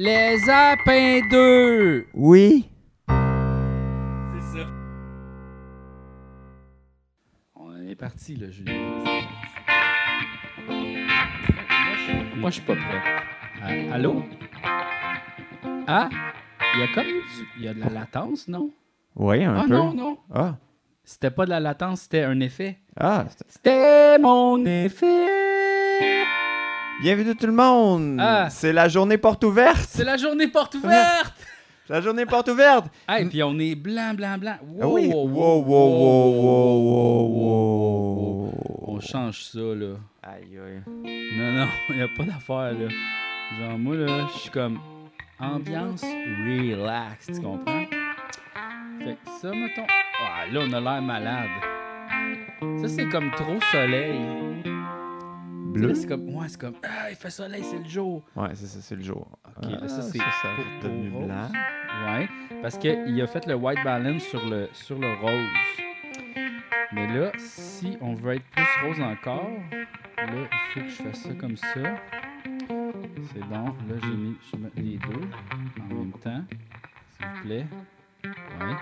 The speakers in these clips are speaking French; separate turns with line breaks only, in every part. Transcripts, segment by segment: Les Apins 2!
Oui.
C'est ça. On est parti, là, Julien. Moi, je suis pas prêt. Ah, allô? Ah? Il y a comme. du- Il y a de la latence, non?
Oui, un
ah,
peu.
non, non.
Ah.
C'était pas de la latence, c'était un effet.
Ah. c'est-
C'était mon effet!
Bienvenue tout le monde.
Ah.
C'est la journée porte ouverte.
C'est la journée porte ouverte!
La journée porte ouverte.
Ah. Hey, puis on est blanc, blanc, blanc. Wow,
Ah oui.
Oh, wow,
Wow, wow, wow, wow, Oh, wow,
On change ça, là.
Aïe, aïe.
Non, non, il a pas d'affaire, là. Genre, moi, là, je suis comme ambiance relax, tu comprends? Fait que ça, mettons. Ah, là, on a l'air malade. Ça, c'est comme trop soleil. Tu sais,
Bleu.
là, C'est comme, ouais, c'est comme, ah, il fait soleil, c'est le jour.
Ouais, c'est ça, c'est le jour. Ok,
là, ça, c'est
Ah, ça
pour-
va
pour
devenu
rose.
blanc.
Ouais, parce qu'il a fait le white balance sur le, sur le rose. Mais là, si on veut être plus rose encore, là, il faut que je fasse ça comme ça. C'est bon. Là, j'ai mis je mets les deux en même temps. S'il vous plaît. Ouais.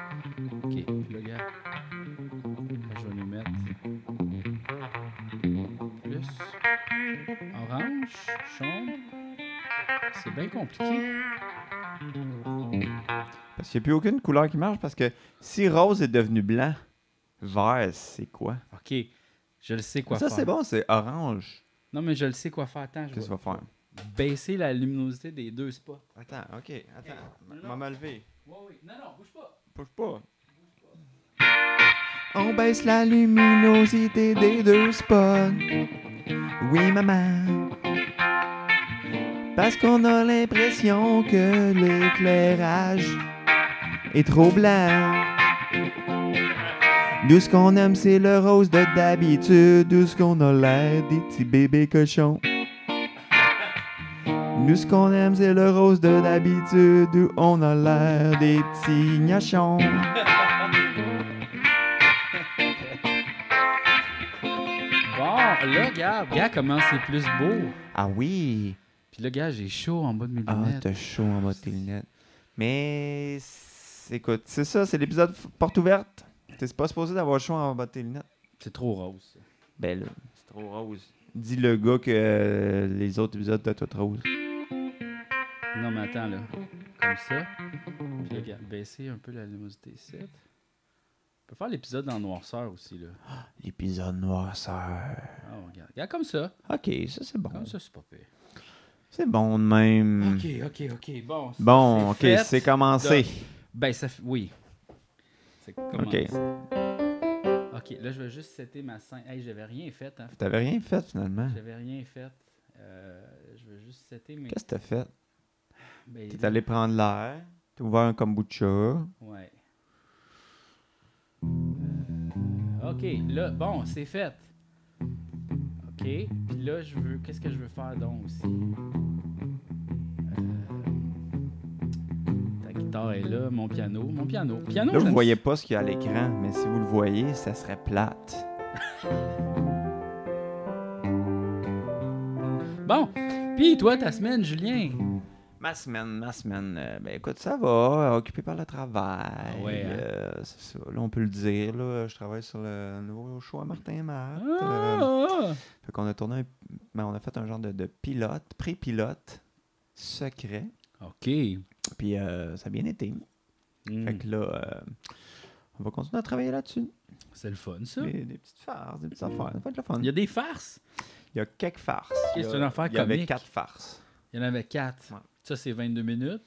OK. Puis là, regarde. Là, je vais nous mettre plus orange, jaune. C'est bien compliqué.
Parce qu'il n'y a plus aucune couleur qui marche parce que si rose est devenu blanc, vert, c'est quoi?
OK. Je le sais quoi
ça,
faire.
c'est bon, c'est orange.
Non, mais je le sais quoi faire. Attends, je
Qu'est-ce que tu
vais
vas faire?
baisser la luminosité des deux spots.
Attends, ok, attends.
Non, non.
Maman m'a levé.
Oui, oui. Non, non, bouge pas.
Bouge pas. On baisse la luminosité des deux spots. Oui, maman. Parce qu'on a l'impression que l'éclairage est trop blanc. Nous, ce qu'on aime, c'est le rose de d'habitude. Nous, ce qu'on a l'air des petits bébés cochons. Nous, ce qu'on aime, c'est le rose de d'habitude. Où on a l'air des petits gnachons.
Bon, là, regarde. Regarde comment c'est plus beau.
Ah oui!
Puis là, gars, j'ai chaud en bas de mes
Ah,
lunettes.
t'as chaud en bas de tes lunettes. Mais c'est- écoute, c'est ça, c'est l'épisode f- porte ouverte. T'es pas supposé d'avoir chaud en bas de tes lunettes.
c'est trop rose. ça.
Ben là, c'est trop rose. Dis le gars que euh, les autres épisodes t'as tout rose.
Non, mais attends, là. Comme ça. Puis là, regarde, baisser un peu la luminosité ici. On peut faire l'épisode en noirceur aussi, là.
L'épisode noirceur.
Ah, regarde. Regarde comme ça.
Ok, ça c'est bon.
Comme ça, c'est pas pire.
C'est bon de même.
OK, OK, OK. Bon. ça,
Hmm. Bon, ok,
fait.
c'est commencé.
Ben, ça fait. Oui. C'est comment
Ok.
ça? Ok, là, je vais juste setter ma scène. Hey, j'avais rien fait, hein.
T'avais rien fait finalement.
J'avais rien fait. Euh, je vais juste setter mes.
Qu'est-ce que t'as fait?
Ben,
T'es allé prendre l'air, t'as ouvert un kombucha.
Ouais. Euh, ok, là, bon, c'est fait. Ok, puis là, je veux. Qu'est-ce que je veux faire donc aussi? Euh, Ta guitare est là, mon piano. Mon piano. Piano,
Là, vous
j'aime-
voyez pas ce qu'il y a à l'écran, mais si vous le voyez, ça serait plate.
Bon, puis toi, ta semaine, Julien.
Ma semaine, ma semaine. euh, ben écoute, ça va, occupé par le travail.
Ah ouais, hein?
euh, c'est ça, là, on peut le dire. Là, je travaille sur le nouveau show à Martin et Marthe. euh,
Ah!
fait qu'on a tourné, un- ben, on a fait un genre de, de pilote, pré-pilote, secret.
ah. OK.
Puis euh, ça a bien été.
Mm.
Fait que là, euh, on va continuer à travailler là-dessus.
C'est le fun, ça.
Des, des petites farces, des petites affaires. Ça va être le fun.
Il y a des farces.
Il y a quelques farces.
Ok,
Il y a-
c'est une affaire
Il y avait
comique.
quatre farces.
Il y en avait quatre.
Ouais.
Ça, c'est 22 minutes.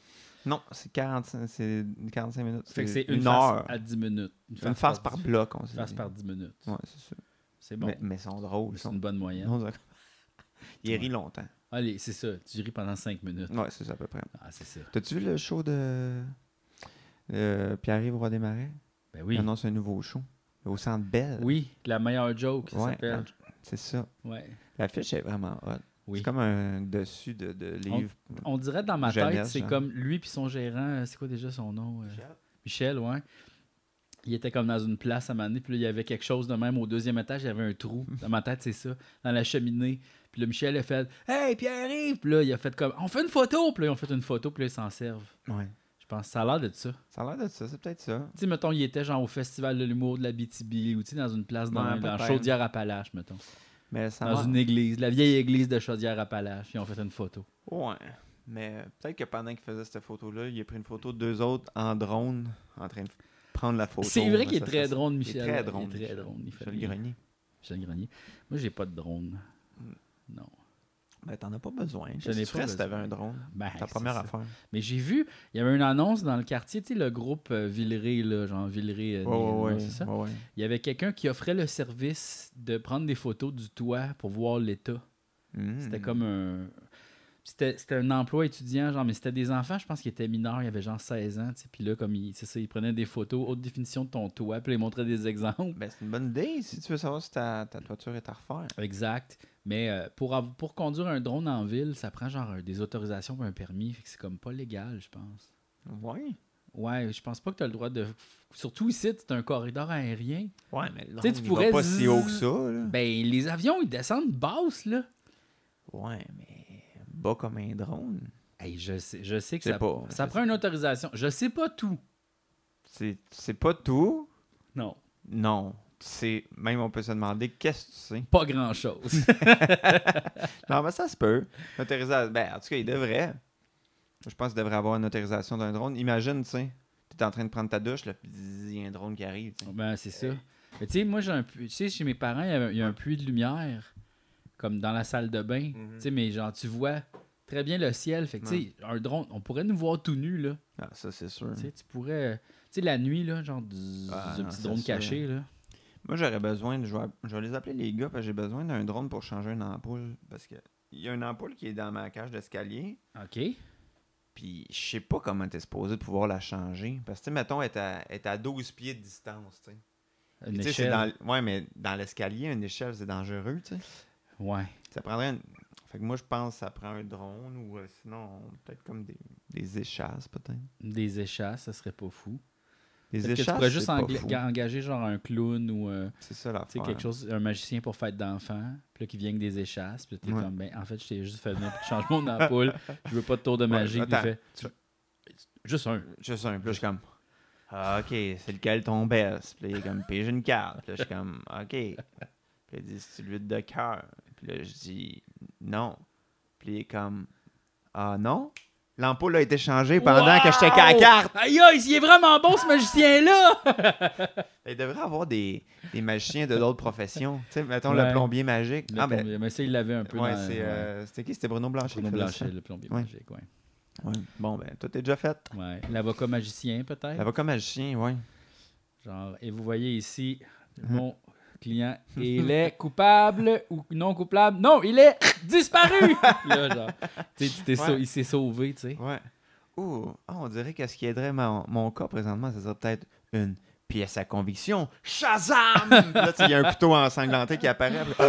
Non, c'est 45, c'est 45 minutes.
Fait que c'est une, farce
heure.
à 10 minutes.
Une farce par
dix-
bloc, on
Une
s'est
farce
dit.
par 10 minutes.
Ouais, c'est ça.
C'est bon.
Mais, mais ils sont drôles. Ils
C'est
sont...
une bonne moyenne.
ils sont- Ils
Ouais.
rient longtemps.
Allez, c'est ça. Tu ris pendant 5 minutes.
Ouais, c'est ça à peu près.
Ah, c'est ça.
T'as-tu vu le show de euh, Pierre-Yves Roy des Marais?
Ben oui.
Il annonce un nouveau show. Au Centre Belle.
Oui, la meilleure joke, ça
Ouais,
s'appelle.
C'est ça.
Ouais.
L'affiche est vraiment hot.
Oui.
C'est comme un dessus de, de livre.
On dirait dans ma tête,
Jeunesse,
c'est
genre.
comme lui puis son gérant, euh, c'est quoi déjà son nom? euh,
Michel?
Michel, ouais. Il était comme dans une place à un moment donné, puis là, il y avait quelque chose de même au deuxième étage, il y avait un trou. Dans ma tête, c'est ça, dans la cheminée. Puis Puis là, Michel a fait Hey, Pierre arrive! Puis là, il a fait comme On fait une photo! Puis là, ils ont fait une photo, puis là, ils s'en servent.
Ouais.
Je pense que ça a l'air de ça. Tu
Ça a l'air de ça, c'est peut-être ça.
sais, mettons, il était genre au Festival de l'humour de la BTB ou tu sais, dans une place dans,
Ouais,
dans
peut-être.
Chaudière-Appalaches, mettons.
Mais ça
Dans
m'a-
une église, la vieille église de Chaudière-Appalaches. Ils ont fait une photo.
Ouais. Mais peut-être que pendant qu'il faisait cette photo-là, il a pris une photo de deux autres en drone en train de prendre la photo.
C'est vrai qu'il est
Ça,
très
ça,
drôle,
il est
Michel.
très drôle,
Il est très
Michel.
drôle. Il
ça,
fait
Michel
bien.
Grenier.
Michel Grenier. Moi, j'ai pas de drone. Non.
Ben, t'en as pas besoin.
Je
Qu'est-ce que
n'ai
tu
pas
ferais si
besoin.
t'avais un drone?
Ben,
Ta
c'est
première
ça.
affaire.
Mais j'ai vu, il y avait une annonce dans le quartier, tu sais, le groupe euh, Villeray, là, genre Villeray, euh, Nicolas,
Ouais, ouais,
c'est ça?
ouais, ouais.
Il y avait quelqu'un qui offrait le service de prendre des photos du toit pour voir l'état.
Mhm.
C'était comme un. C'était c'était un emploi étudiant, genre, mais c'était des enfants, je pense qu'ils étaient mineurs, ils avaient genre 16 ans, tu sais, puis là, comme ils, c'est ça, ils prenaient des photos, haute définition de ton toit, puis là, ils montraient des exemples.
Ben, c'est une bonne idée si tu veux savoir si ta, ta toiture est à refaire.
Exact. Mais euh, pour, av- pour conduire un drone en ville, ça prend genre un- des autorisations pour un permis. Fait que c'est comme pas légal, je pense.
Ouais.
Ouais, je pense pas que tu as le droit de. Surtout ici, c'est un corridor aérien.
Ouais, mais le
sais,
drone,
tu
il
pourrais
va pas
zzz-
si haut que ça. là.
Ben, les avions, ils descendent basse, là.
Ouais, mais bas comme un drone.
Hey, je, sais, je sais que
Je sais
ça,
pas.
ça
Je
prend une autorisation. Je sais pas tout.
C'est c'est pas tout.
Non.
Non. C'est même on peut se demander qu'est-ce que tu sais.
Pas grand-chose.
Non, mais ça se peut. L'autorisation. Ben, en tout cas, il devrait. Je pense qu'il devrait avoir une autorisation d'un drone. Imagine, tu sais, t'es en train de prendre ta douche, là, puis il y a un drone qui arrive. tu sais.
ben, c'est ça. Mais tu sais, moi, j'ai un puits. Tu sais, chez mes parents, il y, avait- il y a un puits de lumière, comme dans la salle de bain. Tu sais, mais genre, tu vois très bien le ciel. Fait que, tu sais, un drone, on pourrait nous voir tout nus, là.
Ah, ça, c'est sûr.
Tu sais, tu pourrais. Tu sais, la nuit, là, genre, zzz,
Ah,
un
non,
petit
c'est
drone
sûr. hein.
caché, là.
Moi, j'aurais besoin de. Je vais, je vais les appeler les gars, parce que j'ai besoin d'un drone pour changer une ampoule. Parce que il y a une ampoule qui est dans ma cage d'escalier,
OK.
puis je sais pas comment t'es supposé de pouvoir la changer. Parce que, tu sais, mettons, elle est à, elle est à 12 pieds de distance, tu sais. Puis,
Une
tu sais, c'est
échelle.
dans l- Ouais, mais dans l'escalier, une échelle, c'est dangereux, tu sais.
Ouais.
Ça prendrait une- Fait que moi, je pense que ça prend un drone ou euh, sinon, on- peut-être comme des, des échasses, peut-être.
Des échasses, ça serait pas fou.
Des
Peut-être que
échasses,
tu pourrais juste
c'est pas
engla-
fou.
engager genre un clown ou euh,
C'est ça
tu sais,
l'affaire.
quelque chose, un magicien pour fête d'enfant, puis là qui vient avec des échasses, puis là, t'es
Ouais.
comme ben en fait je t'ai juste fait venir pour que tu changes mon ampoule, je veux pas de tour de magie, puis il
attends.
fait juste un.
Juste un, puis là, je suis comme... Ah, OK, c'est lequel ton best? Puis là, il est comme, pige une carte. Puis là, je suis comme, OK. Puis là, il dit, c'est le 8 de cœur. Puis là, je dis, non. Puis il est comme, ah non? L'ampoule a été changée pendant que je checkais la
Wow!
carte. Ah,
Aïe aïe, il est vraiment bon ce magicien là.
Il devrait avoir des, des magiciens de d'autres professions. Tu sais, mettons
Ouais.
le plombier magique. ah, ben,
mais ça il l'avait un peu
Ouais,
dans
c'est,
ouais.
euh, c'était qui C'était Bruno Blanchet.
Bruno
qui faisait
Blanchet, le plombier
Ouais.
magique, ouais.
ça. Ouais. Bon, ben, tout est déjà fait.
Ouais, l'avocat magicien peut-être.
L'avocat magicien, ouais.
Genre, et vous voyez ici,
Hein?
mon client, il est coupable ou non coupable. Non, il est disparu! là, genre, tu sais, tu t'es sau-
Ouais.
il s'est sauvé, tu sais.
Ouais. Ouh, ah, on dirait que ce qui aiderait mon, mon cas présentement, ça serait peut-être une pièce à conviction. Shazam Puis Là, tu sais, il y a un couteau ensanglanté qui apparaît. puis-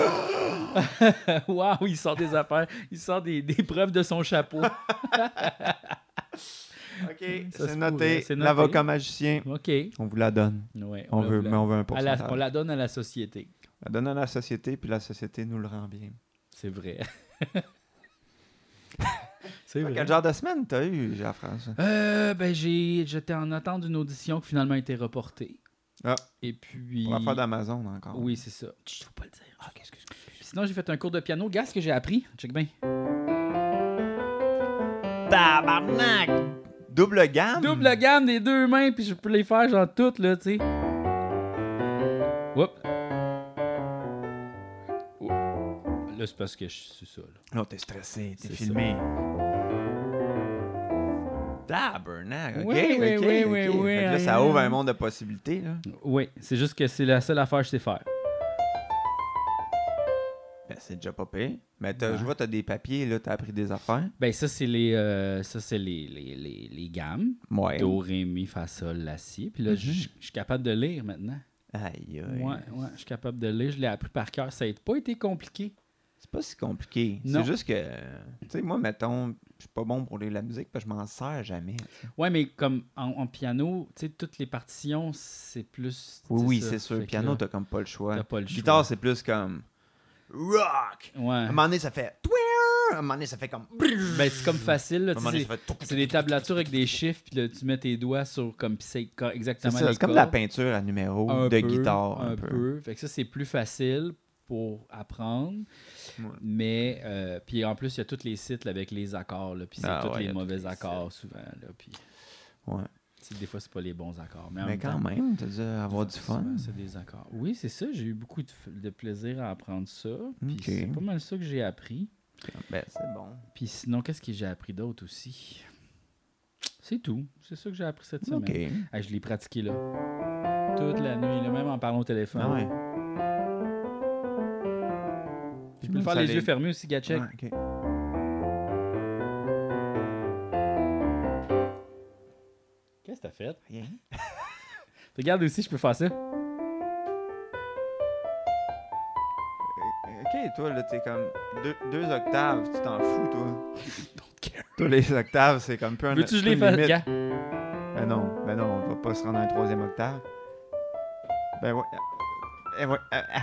Waouh, il sort des affaires, il sort des, des preuves de son chapeau.
OK,
Ça se
c'est noté.
pourrait, c'est noté.
L'avocat magicien,
OK.
on vous la donne.
Ouais,
On
la-
veut,
la-
mais on veut un
à la-
pourcentage.
on
on la...
la donne à la société.
donne à la société, puis la société nous le rend bien.
C'est vrai. C'est vrai.
Quel genre de semaine t'as eu, Jean-François?
Euh, ben, j'ai, j'étais en attente d'une audition qui finalement a été reportée.
Ah.
Et puis.
Pour l'affaire d'Amazon encore.
Oui, c'est ça. Je ne faut pas le dire. Puis Sinon, j'ai fait un cours de piano. Regarde ce que j'ai appris. Check bien.
Tabarnak! Double gamme?
Double gamme des deux mains, puis je peux les faire genre toutes, là, tu sais. Oups. Oups. Là, c'est parce que je suis ça, là.
Non, t'es stressé, t'es
C'est
filmé. Tabarnak, ok,
Oui, oui,
ok,
oui,
ok.
oui,
Fait que
oui,
là,
aïe,
ça ouvre
aïe.
un monde de possibilités, là.
Oui, c'est juste que c'est la seule affaire que je sais faire.
Ben, c'est déjà pas pire. Mais t'as-
Ouais.
je vois, t'as des papiers, là, t'as appris des affaires.
Ben, ça, c'est les, euh, ça, c'est les, les, les, les gammes.
Ouais.
Do, ré, mi, fa, sol, la, si. Puis là, je je- je suis capable de lire maintenant.
Aïe, aïe.
Mhm. Ouais, ouais, je suis capable de lire. Je l'ai appris par cœur. Ça n'a pas été compliqué.
C'est pas si compliqué.
Non.
C'est juste que, euh, tu sais, moi, mettons, je suis pas bon pour lire la musique, parce que je m'en sers jamais.
Ouais, mais comme en, en piano, tu sais, toutes les partitions, c'est plus.
Oui, oui,
ça.
c'est sûr.
Fait que
Piano,
là,
t'as comme pas le choix.
t'as pas le choix.
Guitare, c'est plus comme. rock. À un
Ouais.
moment donné, ça fait. twirr. À un moment donné, ça fait comme.
Ben, c'est comme facile.
À
là,
un
tu
moment
sais,
donné,
c'est-
ça fait.
C'est des tablatures avec des chiffres, puis là, tu mets tes doigts sur comme pis c'est co-
C'est
exactement
ça,
les
c'est comme de la
cordes.
peinture à numéro
Un
de
peu,
guitare. Un,
un
peu.
Fait que ça c'est plus facile pour apprendre.
Ouais.
Mais euh, puis en plus il y a tous les sites là, avec les accords là, puis c'est
Ah
tous
ouais, il y
les
a tous
mauvais
les
accords souvent là puis
Ouais.
tu sais, des fois c'est pas les bons accords. Mais, en
Mais
même
quand
temps,
même, t'as dû avoir du fun.
souvent, C'est des accords. Oui, c'est ça, j'ai eu beaucoup de, f- de plaisir à apprendre ça. Puis
Ok.
c'est pas mal ça que j'ai appris.
Ben, c'est bon.
Puis sinon qu'est-ce que j'ai appris d'autre aussi C'est tout, c'est ça que j'ai appris cette semaine.
Ok.
Ah, je l'ai pratiqué là. Toute la nuit, là, même en parlant au téléphone.
Ah ouais.
Je peux le faire les yeux fermés aussi, Gatchek.
Ouais, ok.
Qu'est-ce que t'as fait?
Rien.
Regarde aussi, je peux faire ça.
Euh, Ok, toi, là, t'es comme deux, deux octaves, tu t'en fous, toi.
Don't care.
Toi, les octaves, c'est comme peu un
Veux-tu que je
peu
les
une
fasse?
limite.
Gars,
Ben non, ben non, on va pas se rendre à un troisième octave. Ben ouais. Ben ouais. ah, ah.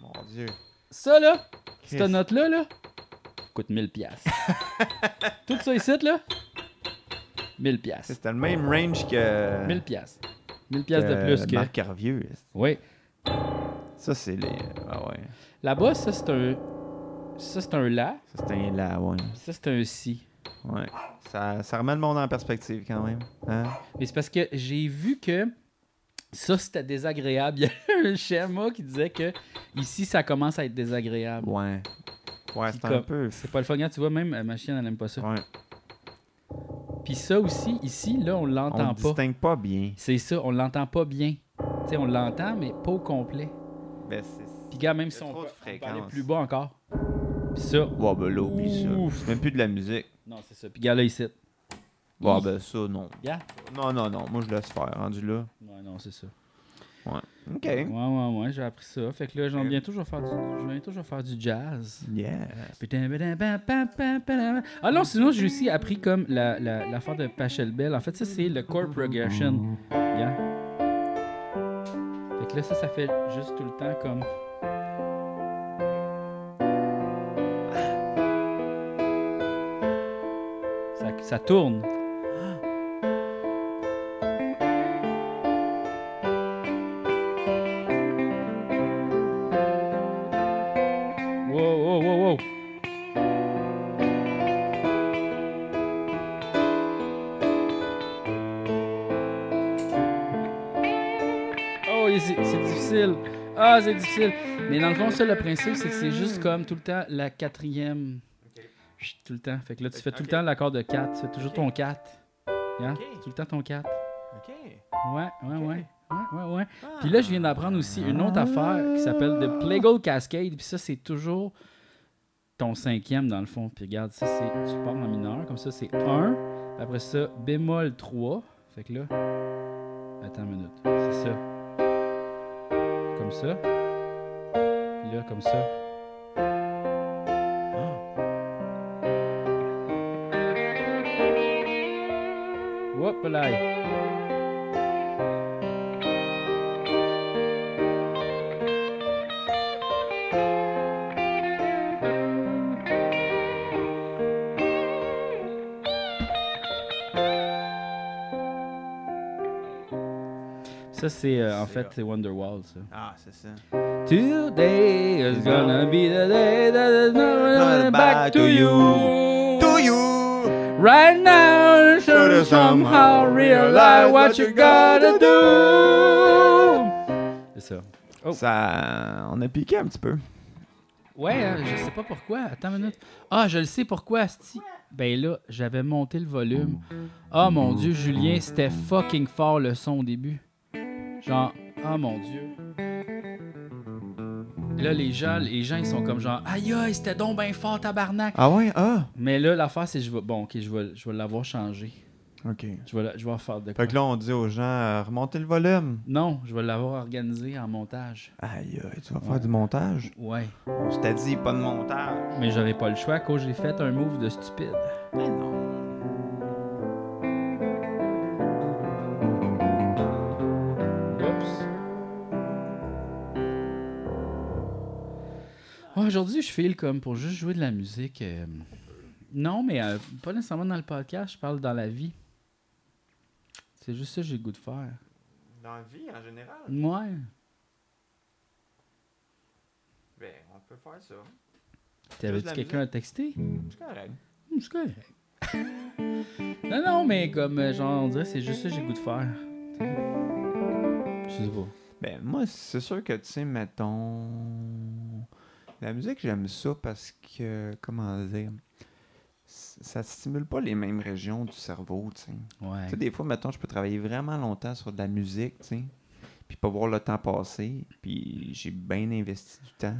Mon Dieu.
ça là,
Chris.
cette note-là, là, coûte 1000 piastres. Tout ça ici, là, 1000 piastres.
C'était le même range que.
1000 piastres. 1000 piastres de plus que...
Euh, Marc Hervieux.
Oui.
Ça, c'est les. Ah ouais.
Là-bas, ça, c'est un... Ça, c'est un la,
Ça, c'est un là, ouais.
puis ça, c'est un si.
Ouais. Ça, ça remet le monde en perspective quand même. Hein?
Mais c'est parce que j'ai vu que ça, c'était désagréable. Il y a un schéma qui disait que ici, ça commence à être désagréable.
Ouais. Ouais,
Puis
c'est un
comme-
peu. hein.
C'est pas le fun. Quand tu vois, même euh, ma chienne, elle aime pas ça.
Ouais.
Puis ça aussi, ici, là, on
On
l'entend pas.
le distingue pas bien.
C'est ça, on l'entend pas bien. Tu sais, on l'entend, mais pas au complet.
Ben, c'est.
Puis gars, même
y a
si on,
trop de
peut- on peut aller
fréquences.
plus bas encore. Puis ça,
Ouais, ben là, oublie ça.
Ouf.
C'est même plus de la musique.
non, c'est ça. Puis gars, là, ici.
Ouais,
Hi.
ben ça, non.
Gars.
Non, non, non. Moi, je laisse faire, rendu là.
Ouais, non, c'est ça.
Ouais. OK.
Ouais, ouais, ouais, j'ai appris ça. Fait que là, genre,
Ok.
bientôt, je vais faire du, bientôt, je vais faire du jazz.
Yeah.
Putain, putain, pa, pa, pa, pa, la, la. Ah non, sinon j'ai aussi appris comme la, la, l'affaire de Pachelbel. En fait, ça c'est le chord progression. Regarde. Fait que là, ça, ça fait juste tout le temps comme. Ah. Ça, ça tourne. Wow, wow, wow, wow. Oh, et c'est c'est difficile. Ah, c'est difficile. Mais dans le fond, ça, le principe, c'est que c'est juste comme tout le temps la quatrième. Chut, Tout le temps. Fait que là, tu fais tout le
Ok.
temps l'accord de 4. Tu fais toujours
Ok.
ton 4. Hein?
Ok.
Tout le temps ton 4.
OK.
Ouais, ouais,
Ok.
ouais. Ouais, ouais, ouais.
Ah.
Puis là, je viens d'apprendre aussi une autre affaire qui s'appelle The Plagal Cascade. Puis ça, c'est toujours ton cinquième dans le fond. Puis regarde, ça, c'est. Tu pars en mineur. Comme ça, c'est 1. Après ça, bémol 3. Fait que là. Attends une minute. C'est ça. Comme ça. Puis là, comme ça. Oh! Hop là. Ça, c'est euh, en
C'est
fait
hot.
c'est Wonderwall, ça.
Ah, c'est ça.
Today is gonna be the day that is not running back to you.
To you!
Right now, you should somehow realize what you gotta do. C'est ça. Oh.
Ça, on a piqué un petit peu.
Ouais, hein, je sais pas pourquoi. Attends une minute. Ah, je le sais pourquoi, asti. Ben là, j'avais monté le volume. Ah mon dieu, Julien, c'était fucking fort le son au début. Genre, ah mon dieu. Là, les gens, les gens, ils sont comme genre, aïe aïe, c'était donc ben fort, tabarnak.
Ah ouais? Ah!
Mais là, l'affaire, c'est que je vais. Bon, ok, je vais, je vais l'avoir changé.
OK.
Je vais, la- je vais en faire de quoi.
Fait que là, on dit aux gens, euh, remontez le volume.
Non, je vais l'avoir organisé en montage.
Aïe, aïe, tu vas
Ouais.
faire du montage?
Ouais.
On s'était dit, pas de montage.
Mais j'avais pas le choix, cause j'ai fait un move de stupide.
Mais non.
Oups. Ah, aujourd'hui, je file comme pour juste jouer de la musique. euh, Non, mais euh, pas nécessairement dans le podcast, je parle dans la vie. C'est juste ça que j'ai le goût de faire.
Dans la vie, en général,
Ouais.
ben, on peut faire ça.
T'avais-tu
la
quelqu'un à texter?
C'est correct.
Hum, c'est correct. non, non, mais comme, euh, genre, on dirait que c'est juste ça que j'ai le goût de faire. Je sais pas.
Ben, moi, c'est sûr que, tu sais, mettons. La musique, j'aime ça parce que, comment dire, c- ça stimule pas les mêmes régions du cerveau, tu sais.
Ouais.
Tu sais, des fois, mettons, je peux travailler vraiment longtemps sur de la musique, tu sais, puis pas voir le temps passer, puis j'ai bien investi du temps,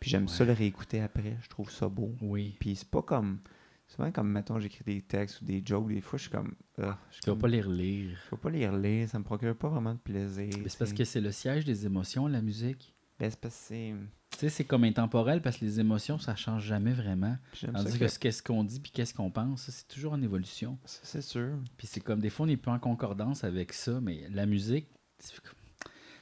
puis j'aime ça le réécouter après, je trouve ça beau.
Oui.
Puis c'est pas comme, souvent comme, mettons, j'écris des textes ou des jokes, des fois, je suis comme, ah, je suis
Tu vas
comme,
pas les relire.
je peux pas les relire, ça me procure pas vraiment de plaisir.
Mais
tu
C'est parce
sais.
que c'est le siège des émotions, la musique.
Ben, c'est parce que c'est-
Tu sais, c'est comme intemporel parce que les émotions, ça change jamais vraiment.
puis j'aime ça
Tandis
que-
que ce qu'est-ce qu'on dit puis qu'est-ce qu'on pense, ça, c'est toujours en évolution.
Ça, C'est sûr.
Puis c'est comme des fois, on n'est plus en concordance avec ça, mais la musique, tu,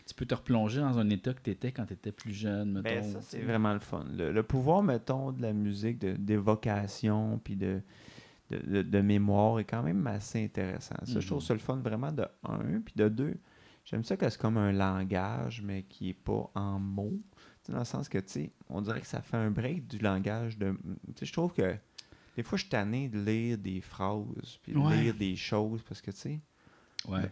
tu peux te replonger dans un état que tu étais quand tu étais plus jeune, mettons.
Ben, ça, c'est
tu sais.
vraiment le fun. Le, le pouvoir, mettons, de la musique, de- d'évocation, puis de, de, de- de mémoire est quand même assez intéressant. Ça, je trouve
Mhm.
ça le fun vraiment de un, puis de deux. J'aime ça que c'est comme un langage, mais qui est pas en mots. Tu sais, Dans le sens que, tu sais, on dirait que ça fait un break du langage. de tu sais, Je trouve que des fois, je suis tanné de lire des phrases, puis de
Ouais.
lire des choses, parce que, tu sais, Ben,
Ouais.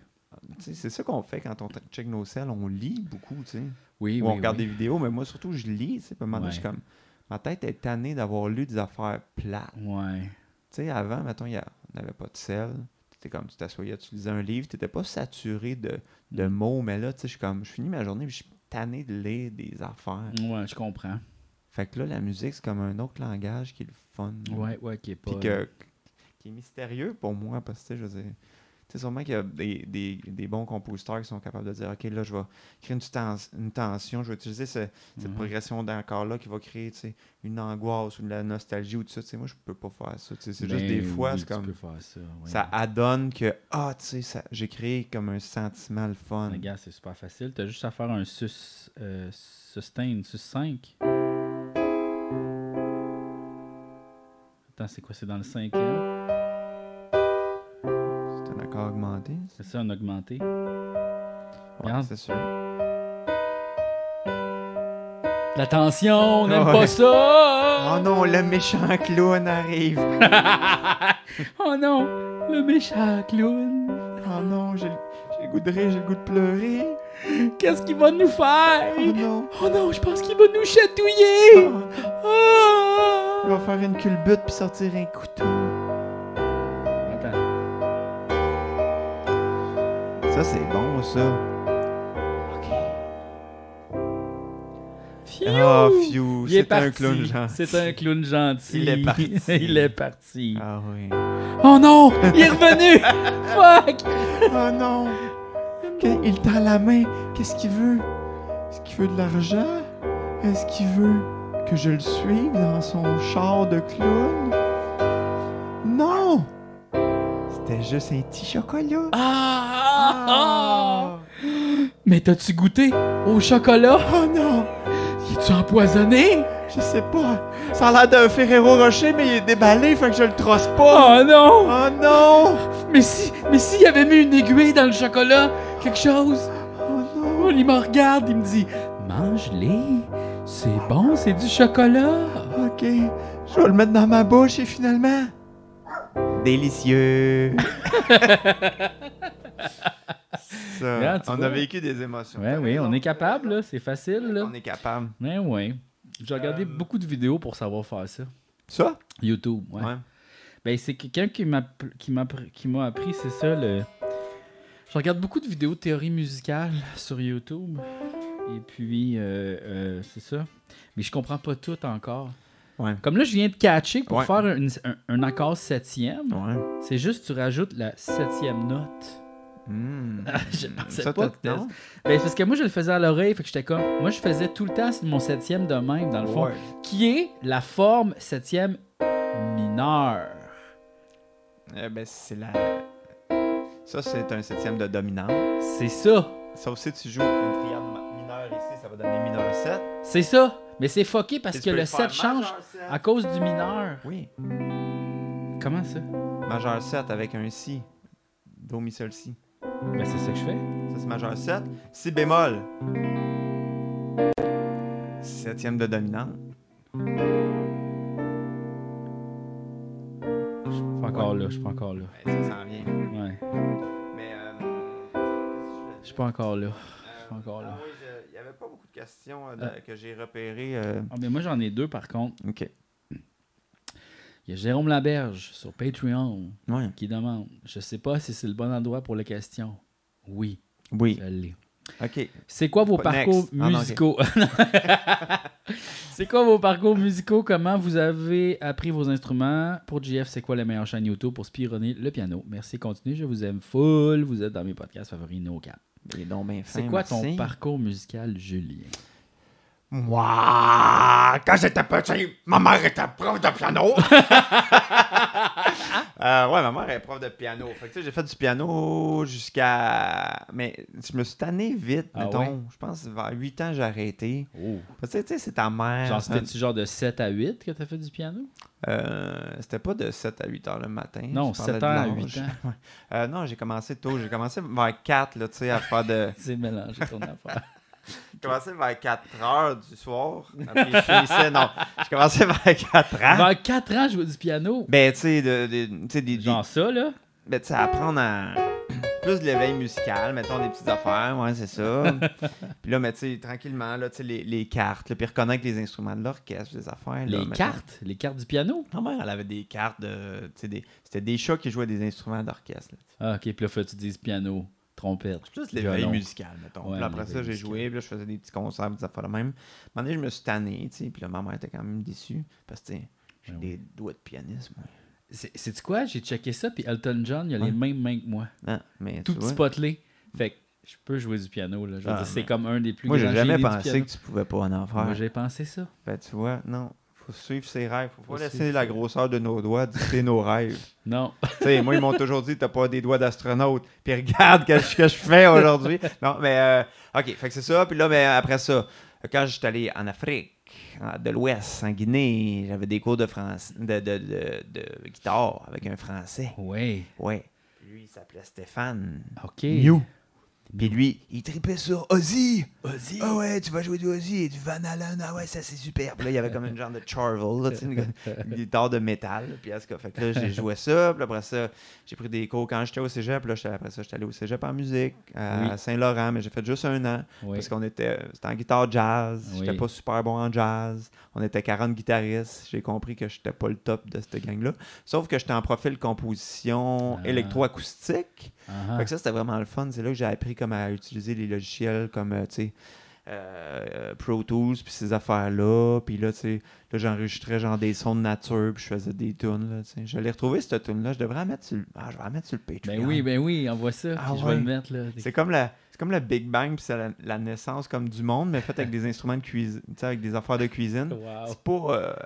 tu sais, c'est ça qu'on fait quand on t- check nos selles, on lit beaucoup, tu sais
Oui,
ou
oui,
on regarde
oui.
des vidéos, mais moi surtout je lis, tu sais, puis à un moment donné, je suis
Ouais.
comme ma tête est tannée d'avoir lu des affaires plates.
Ouais.
Tu sais, avant, mettons, il y a- on n'avait pas de sel. T'étais comme tu t'assoyais, tu lisais un livre, t'étais pas saturé de, de mots, mais là, tu sais, je suis comme je finis ma journée, puis je suis tanné de lire des affaires.
Ouais, je comprends.
Fait que là, la musique, c'est comme un autre langage qui est le fun. là.
Ouais, ouais, qui est pas.
Puis que, qui est mystérieux pour moi, parce que tu sais, je veux dire, tu sais, sûrement qu'il y a des, des- des bons compositeurs qui sont capables de dire, OK, là, je vais créer une, tens- une tension, je vais utiliser ce- cette
Mhm.
progression d'encore-là qui va créer, tu sais, une angoisse ou de la nostalgie ou tout ça. Tu sais, moi, je peux pas faire ça. tu sais. C'est juste
Ben
des fois,
oui,
c'est
Tu
comme,
peux faire ça. ouais.
ça adonne que, ah, tu sais, ça- j'ai créé comme un sentiment le fun.
Les gars, c'est super facile. T'as juste à faire un sus, euh, sustain, sus 5. Attends, c'est quoi? C'est dans le 5
C'est un accord augmenté.
C'est ça, un augmenté?
Ouais,
Regarde.
c'est sûr.
La tension, on n'aime
Ouais.
pas ça!
Oh non, le méchant clown arrive.
Oh non! Le méchant clown!
Oh non, j'ai le j'ai le goût de rire, j'ai le goût de pleurer.
Qu'est-ce qu'il va nous faire?
Oh non. Ah,
Oh non, je pense qu'il va nous chatouiller! Ah!
Il va faire une culbute puis sortir un couteau.
Attends.
Ça, c'est bon, ça. Ah, Fiu,
Il est,
c'est
parti.
un clown, genre.
C'est un clown gentil.
Il est parti.
Il est parti.
Ah oui.
Oh non! Il est revenu! Fuck!
oh non! Qu- Il tend la main. Qu'est-ce qu'il veut? Est-ce qu'il veut de l'argent? Est-ce qu'il veut que je le suive dans son char de clown? Non! C'était juste un petit chocolat.
Ah! Mais t'as-tu goûté au chocolat?
Oh non!
Es-tu empoisonné?
Je sais pas. Ça a l'air d'un Ferrero Rocher, mais il est déballé, fait que je le trosse pas.
Oh non!
Oh non!
Mais si, mais s'il avait mis une aiguille dans le chocolat, quelque chose,
Oh non!
oh, il me regarde, il me dit Mange-les, c'est bon, c'est du chocolat.
Ok, je vais le mettre dans ma bouche et finalement. Délicieux! Ça,
Regarde, tu
on
vois.
a vécu des émotions.
Ouais,
T'as
oui, on
raison.
est capable, là, c'est facile. Là.
On est capable.
Mais ouais. J'ai regardé
Euh,
beaucoup de vidéos pour savoir faire ça.
Ça?
YouTube, ouais. Ben, c'est quelqu'un qui m'a qui m'a qui m'a appris, c'est ça le. Je regarde beaucoup de vidéos de théorie musicale sur YouTube. Et puis, euh, euh, c'est ça. Mais je comprends pas tout encore.
Ouais.
Comme là, je viens de catcher pour
Ouais.
faire une- un, un accord septième.
Ouais.
C'est juste tu rajoutes la septième note. Ah,
Hmm.
je pensais
Ça,
pas
t'as-
que t'as-
non?
Ben, c'est parce que moi, je le faisais à l'oreille. Fait que j'étais comme. Moi, je faisais tout le temps mon septième de même, dans le fond.
Ouais.
Qui est la forme septième mineure.
Eh ben, c'est la. Ça, c'est un septième de dominante.
C'est ça.
Sauf si tu joues une triade ma- mineure ici, ça va donner mineur 7.
C'est ça. Mais c'est fucké parce
Tu
que
peux
le
faire
7 change Ah.
majeur sept.
à cause du mineur.
Oui.
Comment ça?
Majeur 7 avec un Si. Do, mi, sol, si.
Ben, c'est ça que je fais.
Ça, c'est majeur 7. Si bémol. Septième de dominante.
Je suis pas encore là, je suis pas encore là.
Ben, ça s'en vient.
Ouais.
Mais. euh,
Je suis pas encore là. Je suis pas encore là.
ah oui, je- Il n'y avait pas beaucoup de questions euh, de- que j'ai repérées. euh.
Ah, mais moi, j'en ai deux, par contre.
OK.
Il y a Jérôme Laberge sur Patreon
Ouais.
qui demande Je sais pas si c'est le bon endroit pour les questions. Oui,
Oui.
je l'ai.
OK.
C'est quoi vos
Pas-
parcours
next. Ah, non,
musicaux Non. C'est quoi vos parcours musicaux Comment vous avez appris vos instruments Pour JF, c'est quoi la meilleure chaîne YouTube pour spironner le piano Merci, continuez, je vous aime full. Vous êtes dans mes podcasts favoris, no cap.
Il est donc bien
C'est
fin,
quoi ton
merci.
parcours musical, Julien
Moi, quand j'étais petit, ma mère était prof de piano. Euh, ouais, ma mère est prof de piano. Fait que, tu sais, j'ai fait du piano jusqu'à. Mais je me suis tanné vite,
Ah
mettons.
ouais?
Je pense vers 8 ans, j'ai arrêté.
Oh.
Parce que, tu sais, c'est ta mère.
Genre, c'était-tu genre de 7 à 8 que t'as fait du piano
Euh, c'était pas de 7 à 8 heures le matin.
Non,
Je parlais
7
de
heures à
l'âge.
8 ans.
Ouais. Euh, non, j'ai commencé tôt. J'ai commencé vers 4, là, tu sais, à faire de.
C'est mélangé ton affaire.
J'ai commencé vers 4 heures du soir. Ah, Puis je finissais, non. J'ai commencé vers 4 heures.
Avant 4 ans, je jouais du piano.
Ben, tu sais, de, de- tu sais, des, des-
Genre ça, là.
ben, tu sais, apprendre à plus de l'éveil musical, mettons des petites affaires, ouais, c'est ça. puis là, mais tu sais, tranquillement, là, tu sais, les, les cartes, là, puis reconnaître les instruments de l'orchestre, des affaires. là,
Les
mettons.
cartes, les cartes du piano.
Ma mère, elle avait des cartes de. tu sais, des- C'était des chats qui jouaient des instruments d'orchestre. là.
Ah, ok, puis là, faut que tu dises piano, trompette.
C'est plus l'éveil
Violon.
musical, mettons.
Ouais,
Puis là, après
l'éveil
ça, j'ai
musical.
joué, puis là, je faisais des petits concerts, des affaires de même. À un moment donné, je me suis tanné, tu sais, puis là, ma mère était quand même déçue, parce que, tu sais, j'ai
Ben oui.
des doigts de pianiste, moi.
C'est c'est-tu quoi? J'ai checké ça, puis Elton John, il a
Ouais.
les mêmes mains que moi.
Ah, mais,
Tout
tu
petit
vois,
potelé. Fait que je peux jouer du piano, là. Je veux
Ah,
dire, c'est
mais-
comme un des plus
moi, j'ai
grands
jamais
génies du
pensé
piano.
que tu pouvais pas en faire.
Moi, j'ai pensé ça.
Ben, tu vois, non. Faut suivre ses rêves. Faut,
Faut
pas laisser
suivre
la
ses-
grosseur de nos doigts dicter nos rêves.
Non.
Tu sais, moi, ils m'ont toujours dit, t'as pas des doigts d'astronaute. Puis regarde ce que je fais aujourd'hui. Non, mais, euh, OK, fait que c'est ça. Puis là, mais après ça, quand j'étais allé en Afrique, en- de l'Ouest, en Guinée, j'avais des cours de, France, de, de, de, de guitare avec un Français.
Ouais.
Ouais. Lui, il s'appelait Stéphane.
Ok.
New. Puis lui, il tripait sur Ozzy.
Ozzy.
Ah ouais, tu vas jouer du Ozzy et du Van Allen. Ah ouais, ça c'est super. Puis là, il y avait comme une genre de charvel, là, tu sais, une, une guitare de métal. Puis en tout cas, fait que là, j'ai joué ça. Puis après ça, j'ai pris des cours quand j'étais au cégep. Puis là, j'étais- après ça, j'étais allé au cégep en musique à
Oui.
Saint-Laurent, mais j'ai fait juste un an.
Oui.
Parce qu'on était, c'était en guitare jazz.
Oui.
J'étais pas super bon en jazz. On était 40 guitaristes. J'ai compris que j'étais pas le top de cette gang-là. Sauf que j'étais en profil composition
Ah.
électroacoustique.
Ah, ah.
Fait que ça, c'était vraiment le fun. C'est là que j'ai appris comme à utiliser les logiciels comme, euh, tu sais, euh, euh, Pro Tools, puis ces affaires-là. Puis là, tu sais, là, j'enregistrais genre des sons de nature, puis je faisais des tunes, là, tu sais. Je l'ai retrouvé, cette tune-là. Je devrais la mettre sur le... Ah, je vais la mettre sur le Patreon.
Ben oui, ben oui, envoie ça.
Ah
puis je
ouais.
vais le mettre, là.
C'est comme la... C'est comme le Big Bang, puis c'est la, la naissance comme du monde, mais faite avec des instruments de cuisine, tu sais, avec des affaires de cuisine.
Wow.
C'est pas...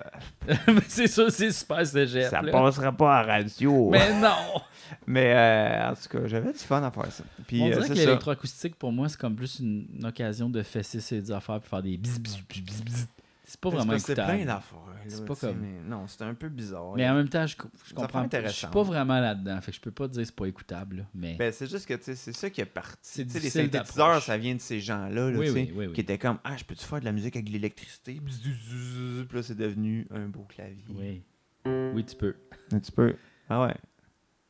euh,
Mais c'est sûr, c'est super cégep.
ça
là.
passera pas à la radio. Mais,
Mais non!
euh, en tout cas, j'avais du fun à faire ça. Puis
On
euh,
dirait que
c'est ça.
l'électroacoustique, pour moi, c'est comme plus une, une occasion de fesser ses affaires puis faire des bis, bis, bis, bis, bis. C'est pas
C'est
vraiment
parce que C'est plein
écoutable.
d'affaires. là,
C'est pas
tu sais,
comme-
mais non, c'était un peu bizarre.
Mais en même temps, je, co- je
Des
comprends.
affaires
Je suis pas
intéressantes.
vraiment là-dedans. Fait que je peux pas dire que c'est pas écoutable. là, Mais
Ben, c'est juste que tu sais, c'est ça qui est parti.
C'est
Tu sais, Les
difficile
synthétiseurs,
d'approche.
ça vient de ces gens-là là,
Oui,
tu sais,
oui, oui, oui.
qui étaient comme Ah, je peux-tu faire de la musique avec de l'électricité Bzz, bzz, bzz. Puis là, c'est devenu un beau clavier.
oui. Oui, tu peux.
Un petit peu. Ah ouais.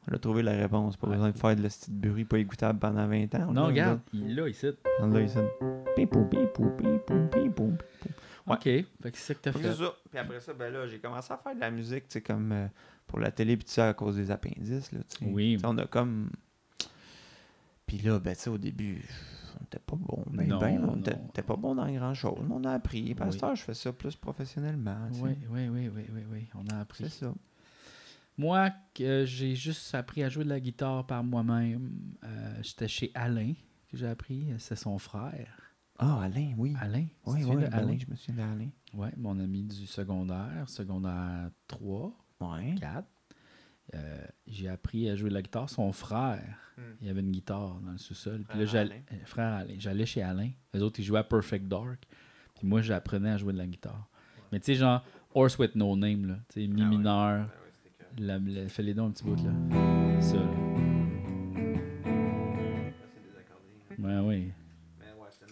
On a trouvé la réponse. Pas
Ouais.
besoin de faire de la petite bruit pas écoutable pendant 20 ans. On
Non,
l'a,
regarde, il l'a ici.
on l'a. On l'a ici. Pipou, pipou, pipou, pipou. Ouais.
Ok. Fait que c'est ça que t'as
Fait que
fait.
c'est ça. Puis après ça, ben là, j'ai commencé à faire de la musique, tu sais, comme euh, pour la télé, puis tout ça, à cause des appendices, là, tu sais.
Oui.
Tu sais, on a comme... Puis là, ben, tu sais, au début, on était pas bon. Ben,
Non,
ben, on
non.
était, on était pas bon dans grand-chose. mais On a appris.
Oui.
Pasteur, je fais ça plus professionnellement, tu sais.
Oui, oui, oui, oui, oui, oui. On a
C'est
appris.
ça.
Moi, que j'ai juste appris à jouer de la guitare par moi-même. euh, J'étais chez Alain que j'ai appris. C'est son frère.
Ah, Alain, oui.
Alain. tu te
Oui,
souviens
oui,
de
ben
Alain?
oui, je me souviens d'Alain.
Oui, mon ami du secondaire, secondaire 3,
Ouais.
4. Euh, j'ai appris à jouer de la guitare. Son frère,
Hmm.
il avait une guitare dans le sous-sol. Puis
Frère
là, j'allais-
Alain.
euh, frère Alain. J'allais chez Alain. Les autres, ils jouaient à Perfect Dark. Puis Puis moi, j'apprenais à jouer de la guitare. Mais tu sais, genre, Horse with No Name, là. Tu sais, mi
Ah ouais.
mineur.
Ah ouais, c'était que- Ah,
La, la- fais les dons un petit bout, là. Ça, là.
c'est hein. désaccordé.
Ouais, oui.
Mais ouais, c'est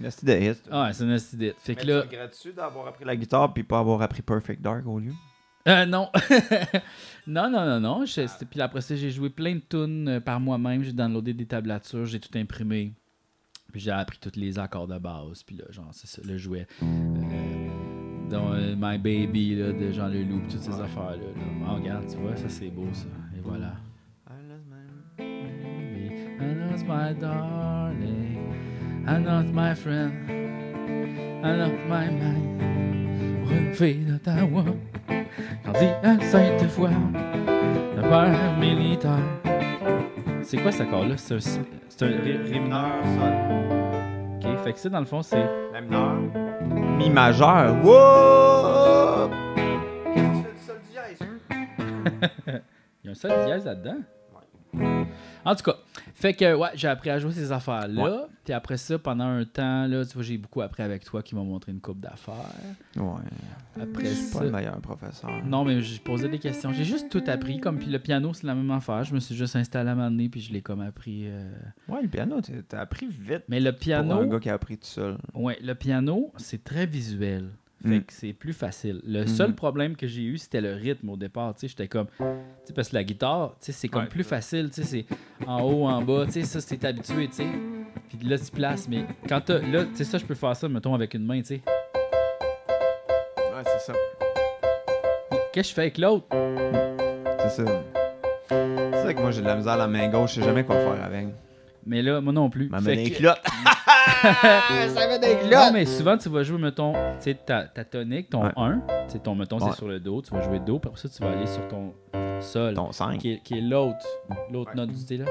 un esti de hit.
Ah, c'est une astidite. Fait
Mais
que là.
tu regrettes-tu d'avoir appris la guitare puis pas avoir appris Perfect Dark au lieu?
Euh, non. non, non, non, non. Je- c'était- Puis après ça, j'ai joué plein de tunes euh, par moi-même. J'ai downloadé des tablatures, j'ai tout imprimé. Puis j'ai appris tous les accords de base. Puis là, genre, c'est ça, le jouet. Euh, dont euh, My Baby, là, de Jean Leloup, puis toutes ces
Ouais.
affaires-là. là. Ah, regarde, tu vois, ça c'est beau, ça. Et voilà.
Ah,
I lost my darling. I lost my friend. I lost my mind. Pour une fille d'Ottawa. Grandi à Sainte-Foy. Le père militaire. C'est quoi cet accord-là? C'est un, si- c'est un ré, ré mineur. Ok, fait que ça, dans le fond, c'est.
La mineur. Mi majeur. Wouah! Qu'est-ce que tu fais du sol dièse?
Il y a un seul dièse là-dedans. En tout cas, fait que ouais, j'ai appris à jouer ces affaires-là.
Ouais.
Puis après ça, pendant un temps, là, tu vois, j'ai beaucoup appris avec toi qui m'a montré une coupe d'affaires.
Ouais.
Après
Je suis
ça.
pas le meilleur professeur.
Non, mais je posais des questions. J'ai juste tout appris. Comme puis le piano, c'est la même affaire. Je me suis juste installé à un moment donné, puis je l'ai comme appris. euh.
Ouais, le piano, t'as t'as appris vite.
Mais le
Pour un
piano,
gars qui a appris tout seul.
ouais, le piano, c'est très visuel. Fait
Mm.
que c'est plus facile. Le seul
Mhm.
problème que j'ai eu, c'était le rythme au départ. Tu sais, j'étais comme. Tu sais, parce que la guitare, tu sais, c'est comme
Ouais.
plus facile. Tu sais, c'est en haut, en bas. Tu sais, ça, c'est habitué, tu sais. Puis là, tu places. Mais quand t'as. Là, tu sais, ça, je peux faire ça, mettons, avec une main, tu sais.
Ouais, c'est ça.
Qu'est-ce que je fais avec l'autre?
C'est ça. C'est ça que moi, j'ai de la misère à la main gauche. Je sais jamais quoi faire avec.
Mais là, moi non plus.
M'a
Fait
mené des
que-
clottes. Ça met des
Non,
clottes.
mais souvent, tu vas jouer, mettons, tu sais, ta, ta tonique, ton
Ouais.
1, tu sais, ton, mettons,
Ouais.
c'est sur le Do, tu vas jouer Do, puis après ça, tu vas aller sur ton Sol,
Ton 5.
qui est, qui est l'autre, l'autre
Ouais.
note du thé, là.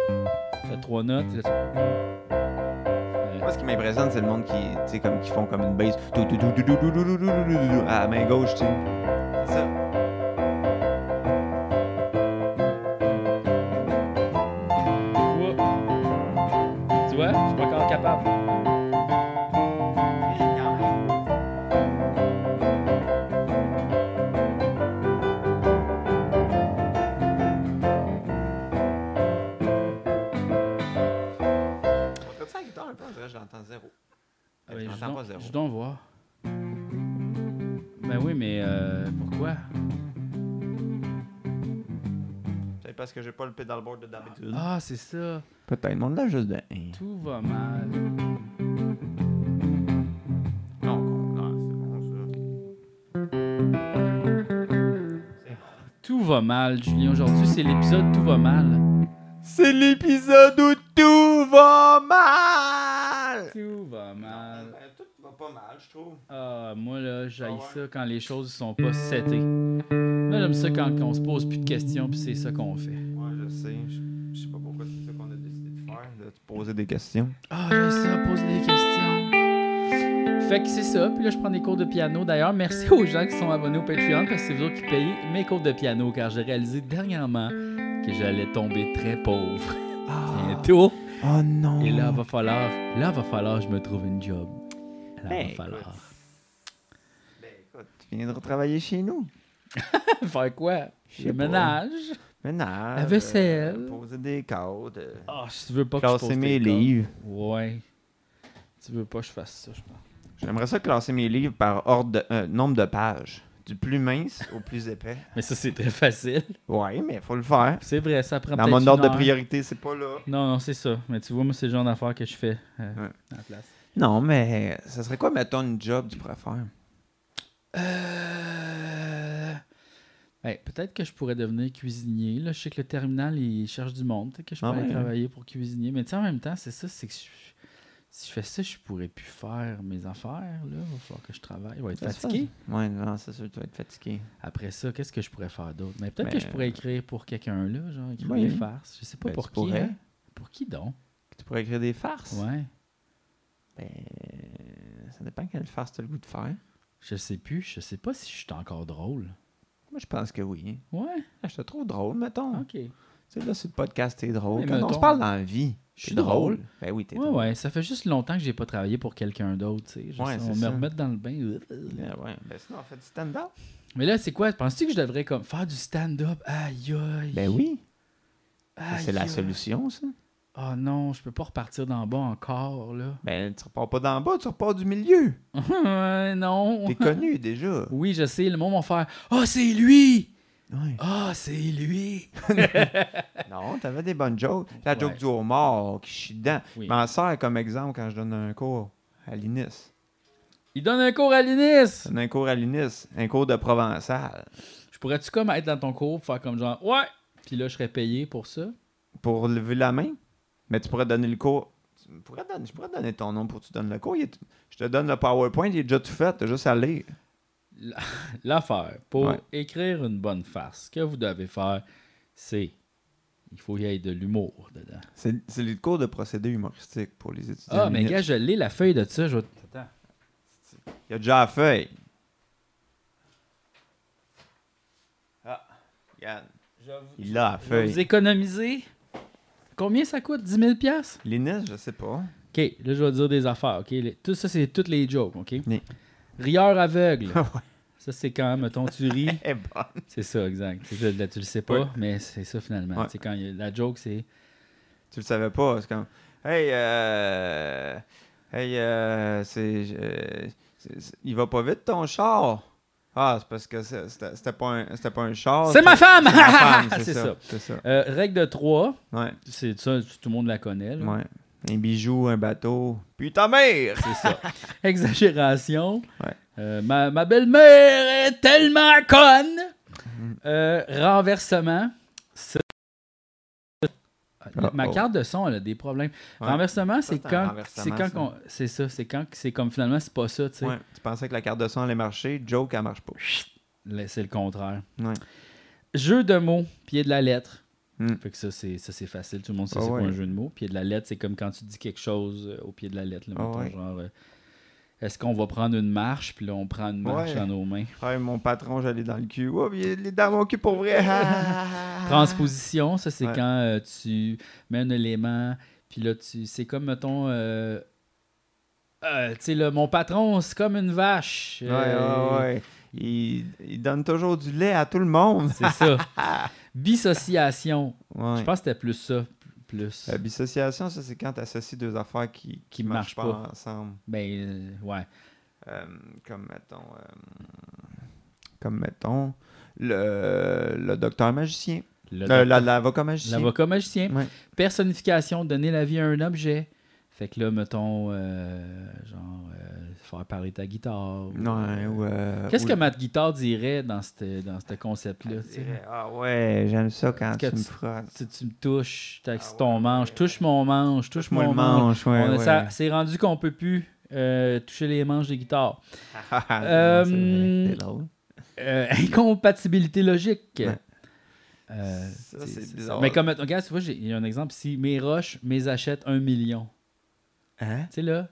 T'as trois notes, là, tu-
Moi, ce qui m'impressionne, c'est le monde qui, tu sais, comme, qui font comme une base Tout, tout, tout, tout, tout, tout, tout, tout, tout, tout, tout, à la main gauche, tu sais. C'est ça.
Ouah. Tu vois, je suis pas encore capable.
Comme ça, la guitare, un peu, on dirait que je l'entends zéro.
Ah ben,
je
je
l'entends
donc-
pas zéro.
Je dois en voir. Ben oui, mais euh, pourquoi?
C'est parce que j'ai pas le pedalboard de d'habitude.
Ah, c'est ça.
Peut-être, mon là juste de 1.
Tout va mal.
Non, non, c'est bon, ça.
Tout va mal, Julien. Aujourd'hui, c'est l'épisode Tout va mal.
C'est l'épisode où tout va mal!
Tout va mal.
Ben, Tout va pas mal, je trouve.
Ah, moi, là, j'aille
Ah ouais?
ça quand les choses sont pas setées. Moi, j'aime ça quand on se pose plus de questions, puis c'est ça qu'on fait.
Ouais, je sais. Je- Je sais pas pourquoi c'est ça qu'on a décidé de faire, de te poser des questions.
Ah, j'aime ça, pose des questions. Fait que c'est ça. Puis là, je prends des cours de piano. D'ailleurs, merci aux gens qui sont abonnés au Patreon, parce que c'est vous autres qui payez mes cours de piano, car j'ai réalisé dernièrement que j'allais tomber très pauvre bientôt.
Oh non!
Et là, va falloir, là, va falloir que je me trouve une job. Là,
Ben,
va falloir.
Ben écoute, tu viendras travailler chez nous.
Faire quoi?
Je sais
Le
pas.
ménage.
Ménage.
La vaisselle.
euh, poser des codes. euh,
Ah, si tu veux pas que je
classer
pose
mes
tes codes.
livres.
Ouais. Tu veux pas que je fasse ça, je pense.
J'aimerais ça classer mes livres par ordre de, euh, nombre de pages. Du plus mince au plus épais.
Mais ça, c'est très facile.
Ouais, mais faut le faire.
C'est vrai, ça prend
Dans
peut-être
mon ordre
une
de
heure.
priorité, c'est pas là.
Non, non, c'est ça. Mais tu vois, moi, c'est le genre d'affaires que je fais euh,
Ouais.
à la place.
Non, mais ça serait quoi, mettons, une job tu pourrais faire?
Euh... ouais, peut-être que je pourrais devenir cuisinier. Là, je sais que le terminal, il cherche du monde. Peut-être que je
Ah
pourrais aller
ouais, hein.
travailler pour cuisinier. Mais tu sais, en même temps, c'est ça, c'est que je- si je fais ça, je pourrais plus faire mes affaires. Là, va falloir que je travaille. Je vais être
Ça se
fatigué.
Ouais, non, c'est sûr, tu vas être fatigué.
Après ça, qu'est-ce que je pourrais faire d'autre? Mais peut-être
Mais-
que je pourrais écrire pour quelqu'un, là, genre écrire
Oui.
des farces. Je sais pas
Ben,
pour
tu
qui.
pourrais.
hein. Pour qui donc?
Tu pourrais écrire des farces?
Ouais.
Ben, ça dépend quelle farce t'as le goût de faire.
Je sais plus. Je sais pas si je suis encore drôle.
Moi, je pense que oui.
Ouais.
Ah, Je te trouve drôle, mettons.
OK.
Tu sais, là, sur le podcast, t'es drôle.
Hein? Mais
Quand on
mettons-
se parle dans la vie,
Je suis drôle.
Ben oui, t'es
Ouais,
drôle.
ouais, ça fait juste longtemps que j'ai pas travaillé pour quelqu'un d'autre, tu sais. Je
Ouais,
sais,
c'est
on me
ça.
remet dans le bain.
Ah ouais. Ben sinon, on fait du stand-up.
Mais là, c'est quoi? Penses-tu que je devrais comme faire du stand-up? Aïe aïe.
Ben oui. Ben,
Aïe,
C'est la
aïe.
solution, ça.
Ah non, je peux pas repartir d'en bas encore, là.
Ben, tu repars pas d'en bas, tu repars du milieu.
Ouais, non.
T'es connu déjà.
Oui, je sais, le monde va faire Ah, c'est lui!
Ouais.
Ah, c'est lui!
Non, t'avais des bonnes jokes. La
Ouais.
joke du homard qui chie dedans.
Oui.
Je m'en sers comme exemple quand je donne un cours à l'INIS.
Il donne un cours à l'INIS!
Je donne un cours à l'INIS, un cours de provençal.
Je pourrais-tu comme être dans ton cours pour faire comme genre Ouais! Puis là, je serais payé pour ça.
Pour lever la main, mais tu pourrais donner le cours. Tu me pourrais donner- je pourrais donner ton nom pour que tu donnes le cours. Il est- je te donne le PowerPoint, il est déjà tout fait, t'as juste à lire.
L'affaire pour
Ouais.
écrire une bonne farce, ce que vous devez faire, c'est il faut y ait de l'humour dedans.
C'est c'est le cours de procédé humoristique pour les étudiants.
Ah,
de
mais
l'INIS.
gars, je l'ai la feuille de ça. Je vais... Attends.
Il y a déjà la feuille. Ah, regarde. Il l'a la
Vous
feuille.
économisez Combien ça coûte 10 000 piastres?
L'INIS, je sais pas.
Ok, là, je vais dire des affaires. ok? Les- Tout ça, c'est toutes les jokes. ok?
Oui. Ah
Rieur aveugle.
Ouais.
Ça, c'est quand, mettons, tu ris.
Eh bon.
C'est ça, exact. C'est ça, là, tu le sais pas,
Ouais.
mais c'est ça finalement.
Ouais.
C'est quand il y a- la joke, c'est.
Tu le savais pas. C'est comme. Hey, euh. Hey, euh. C'est. euh, c'est- c'est- il va pas vite ton char. Ah, c'est parce que c'est- c'était c'était pas, un- c'était pas un char.
c'est ma femme!
C'est ma femme,
c'est ça.
C'est ça.
Euh, règle de 3,
Ouais.
c'est ça, tout le monde la connaît. là.
Ouais. Un bijou, un bateau. Puis ta mère!
C'est ça. Exagération.
Ouais.
Euh, ma ma belle-mère est tellement conne. Euh, renversement. C'est-
Oh,
Ma
oh.
carte de son, elle a des problèmes.
Ouais.
Renversement,
Ça,
c'est
c'est un
quand.
renversement,
C'est quand
ça.
qu'on- C'est ça, c'est quand que c'est comme finalement, c'est pas ça, tu sais.
Ouais. Tu pensais que la carte de son allait marcher. Joke, elle marche pas.
Là, C'est le contraire.
Ouais.
Jeu de mots, pied de la lettre.
Hmm.
Fait que ça, c'est, ça, c'est facile. Tout le monde sait
Ah
c'est quoi
ouais.
un jeu de mots. Pied de la lettre, c'est comme quand tu dis quelque chose euh, au pied de la lettre. là,
Ah
mettons,
ouais.
genre, euh, est-ce qu'on va prendre une marche? Puis là, on prend une marche
Ouais.
dans nos mains.
Ah, mon patron, j'allais dans le cul. Oh, il est dans mon cul pour vrai. Ah.
Transposition, ça, c'est
Ouais.
quand euh, tu mets un élément. Puis là, tu, c'est comme, mettons, euh, euh, tu sais, là, mon patron, c'est comme une vache.
Ouais,
Euh,
ouais, ouais. Il, il donne toujours du lait à tout le monde.
C'est ça. Bissociation.
Ouais. Euh,
Je pense que c'était plus ça. Plus.
La dissociation, ça, c'est quand tu associes deux affaires qui, qui
marchent
marchent pas,
pas.
ensemble.
Ben, euh, ouais.
Euh, comme, mettons, euh, comme, mettons, le, le docteur magicien.
Le-
Le- la- L'avocat magicien.
L'avocat magicien.
Ouais.
Personnification, donner la vie à un objet. Fait que là, mettons, euh, genre, euh, faire parler ta guitare. ou-
Ouais, ou, euh,
Qu'est-ce
ou-
que ma guitare dirait dans ce dans ce concept-là? tu sais?
Ah ouais, j'aime ça quand
Que
tu me
tu-
frottes.
Tu, tu me touches, tu
Ah
ton
ouais,
manche,
ouais.
touche mon manche, touche
Touche-moi
mon
le
manche.
manche, ouais,
On a-
ouais.
ça- C'est rendu qu'on peut plus euh, toucher les manches des guitares.
Ah, c'est vrai,
Euh,
c'est drôle.
Euh, incompatibilité logique.
Ouais.
Euh,
Ça,
tu sais,
c'est
ça.
bizarre.
Mais comme, regarde, tu vois, j'ai- il y a un exemple ici. Mes roches, mes achètes, un million.
Hein?
Tu sais, là,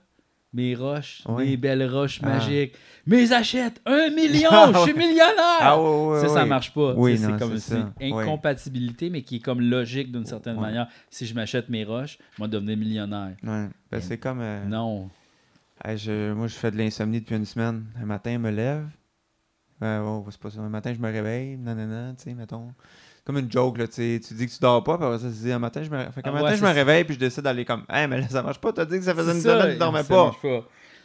mes roches,
Oui.
mes belles roches
Ah.
magiques. Mes achètes, un million,
Ah
je suis
ouais.
millionnaire!
Ah ouais, ouais,
ça, ça
ouais.
marche pas. Tu
Oui,
sais, c'est
non,
comme
c'est
c'est
ça.
une
Ouais.
incompatibilité, mais qui est comme logique d'une certaine
Ouais.
manière. Si je m'achète mes roches, je vais devenir millionnaire.
Ouais. Ben,
Mais-
c'est comme... euh,
Non.
Hey, je- moi, je fais de l'insomnie depuis une semaine. Un matin, je me lève. Ouais, ouais, c'est pas ça. Un matin, je me réveille. Nanana, tu sais, mettons. C'est Comme une joke, là, tu sais. Tu dis que tu dors pas, puis après ça, tu dis, un matin, je me réveille. Fait qu'un
Ah,
matin,
ouais,
je me
c'est ça.
réveille, puis je décide d'aller comme, hey, mais là, ça marche pas. T'as dit que ça faisait
C'est
une
ça,
semaine que tu dormais
ça
pas.
marche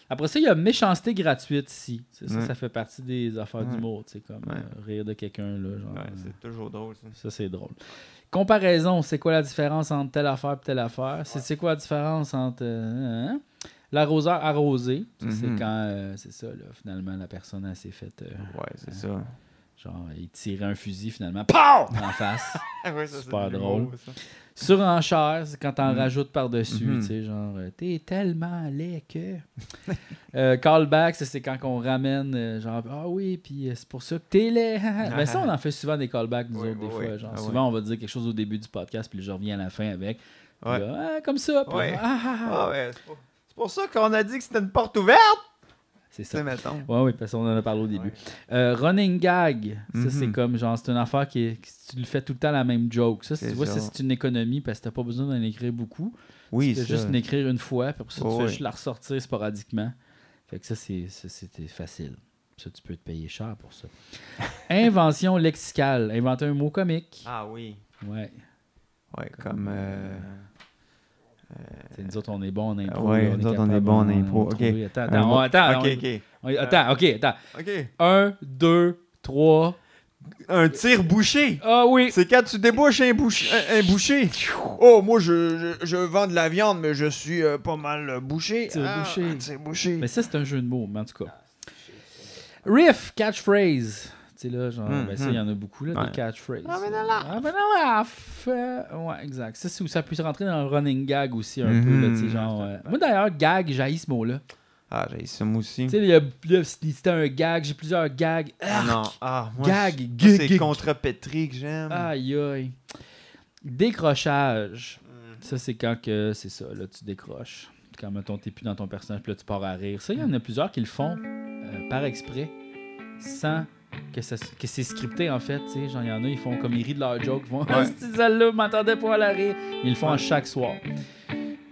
Après ça, il y a méchanceté gratuite ici. C'est Ça,
Ouais.
ça fait partie des affaires
Ouais.
d'humour, tu sais, comme
Ouais.
euh, rire de quelqu'un, là, genre,
Ouais,
euh,
c'est toujours drôle, ça.
Ça, c'est drôle. Comparaison, c'est quoi la différence entre telle affaire et telle affaire? C'est c'est quoi la différence entre euh, hein? l'arroseur arrosé? Ça, C'est
Mhm.
quand, euh, c'est ça, là, finalement, la personne elle s'est faite, euh,
Ouais, c'est ça.
genre, il tirait un fusil, finalement, POW! En face.
Ah ouais, ça, c'est
Super
de l'humour,
drôle.
ça.
Surenchère, c'est quand t'en
Mhm.
rajoutes par-dessus,
Mhm.
tu sais, genre, euh, t'es tellement laid que. Euh, callback, ça, c'est quand on ramène, euh, genre, ah oui, puis euh, c'est pour ça que t'es laid. ben ça, on en fait souvent des callbacks, nous
Oui,
autres, des
oui,
fois.
oui.
Genre,
Ah oui.
souvent, on va dire quelque chose au début du podcast, puis je reviens à la fin avec. Puis
Ouais.
là, Ah, comme ça, puis
Ouais.
ah, ah, ah.
Ah ouais, c'est pour... c'est pour ça qu'on a dit que c'était une porte ouverte.
C'est
Tu sais,
ça.
mettons.
Ouais, oui, parce qu'on en a parlé au début.
Ouais.
Euh, running gag, ça,
Mhm.
c'est comme, genre, c'est une affaire qui est, que tu le fais tout le temps la même joke. Ça, c'est-
C'est
tu vois, ça,
ça.
c'est une économie parce que t'as pas besoin d'en écrire beaucoup.
Oui,
tu
c'est
fais juste
juste
en écrire une fois, puis pour ça, tu
Oh,
fais
oui.
juste la ressortir sporadiquement. Fait que ça, c'est- ça, c'était facile. Ça, tu peux te payer cher pour ça. Invention lexicale, inventer un mot comique.
Ah oui.
Ouais.
Ouais, comme. euh,
C'est nous autres, on est bons en impro.
Ouais,
là,
nous autres, on est
capable
bons en
d'en-
impro,
d'en
ok.
trouver. Attends,
un
attends,
mot-
attends.
Ok,
on-
ok.
on- Attends, ok, attends.
Ok.
Un, deux, trois.
Un tir bouché.
Ah oui!
C'est quand tu débouches un, bouch- un- un bouché. Oh, moi, je, je, je vends de la viande, mais je suis euh, pas mal euh, bouché.
Tir bouché.
un tir bouché.
Mais ça, c'est un jeu de mots, mais en tout cas. Riff, catchphrase. Tu sais, là, genre,
Hmm,
ben ça,
hmm.
il y en a beaucoup, là,
Ouais.
des catchphrases.
Ah, ben,
Ah, ben, non, là, f- euh, Ouais, exact. Ça, c'est où ça peut se rentrer dans le running gag aussi, un
Mhm.
peu, là, tu sais, genre. euh, Moi, d'ailleurs, gag, j'haïs ce mot-là.
Ah, j'ai ça, moi aussi.
Tu sais, il y a- là, c'était un gag, j'ai plusieurs gags.
Ah,
Arc!
non. Ah, moi,
Gag,
je- moi,
gig,
c'est
gig.
contre-pétri que j'aime.
Aïe, aïe. Ah, Décrochage.
Mm.
Ça, c'est quand que. C'est ça, là, tu décroches. Quand, mettons, t'es plus dans ton personnage, puis là, tu pars à rire. Ça, il y en a plusieurs qui le font euh, par exprès, sans que, ça, que c'est scripté, en fait. tu sais. Genre, il y en a, ils font comme ils rient de leur joke. Ils font Ah,
Ouais.
c'est celle-là, m'entendais pas à la rire. Mais Ils le font à chaque soir.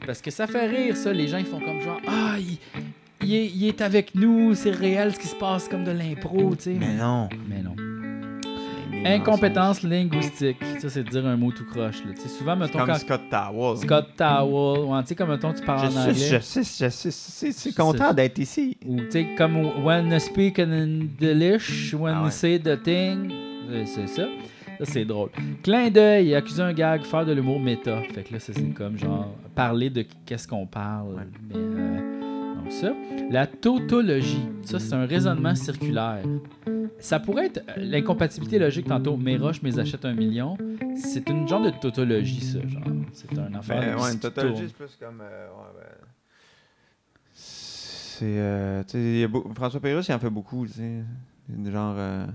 Parce que ça fait rire, ça. Les gens, ils font comme genre Ah, il, il est, il est avec nous, c'est réel ce qui se passe, comme de l'impro, tu sais.
Mais non.
Mais non.
C'est des
Incompétence linguistique. Ça, c'est de dire un mot tout croche. là. Tu sais, Souvent,
mensonges.
mettons,
Comme
quand
Scott Towers.
Scott Towell, ou tu sais, comme mettons, tu parles en
Je
anglais.
suis, je suis, je suis, je suis- je suis
Je
content
sais.
d'être ici.
Ou tu sais, comme When I speak in Delish, When
Ah ouais.
I say the thing. Euh, C'est ça. Ça, c'est drôle. Clin d'œil, accuser un gag, faire de l'humour méta. Fait que là, ça, c'est comme genre parler de qu'est-ce qu'on parle.
Ouais.
Mais, euh, donc, ça. La tautologie. Ça, c'est un raisonnement circulaire. Ça pourrait être euh, l'incompatibilité logique tantôt. Mes roches, mes achètes un million. C'est une genre de tautologie, ça. Genre, c'est un affaire.
Ben,
qui
ouais,
se
une tautologie,
tourne.
c'est plus comme. euh, ouais, ben, C'est. euh, tu sais, il y a beau- François Pérusse, il en fait beaucoup, tu sais. Une Genre. euh,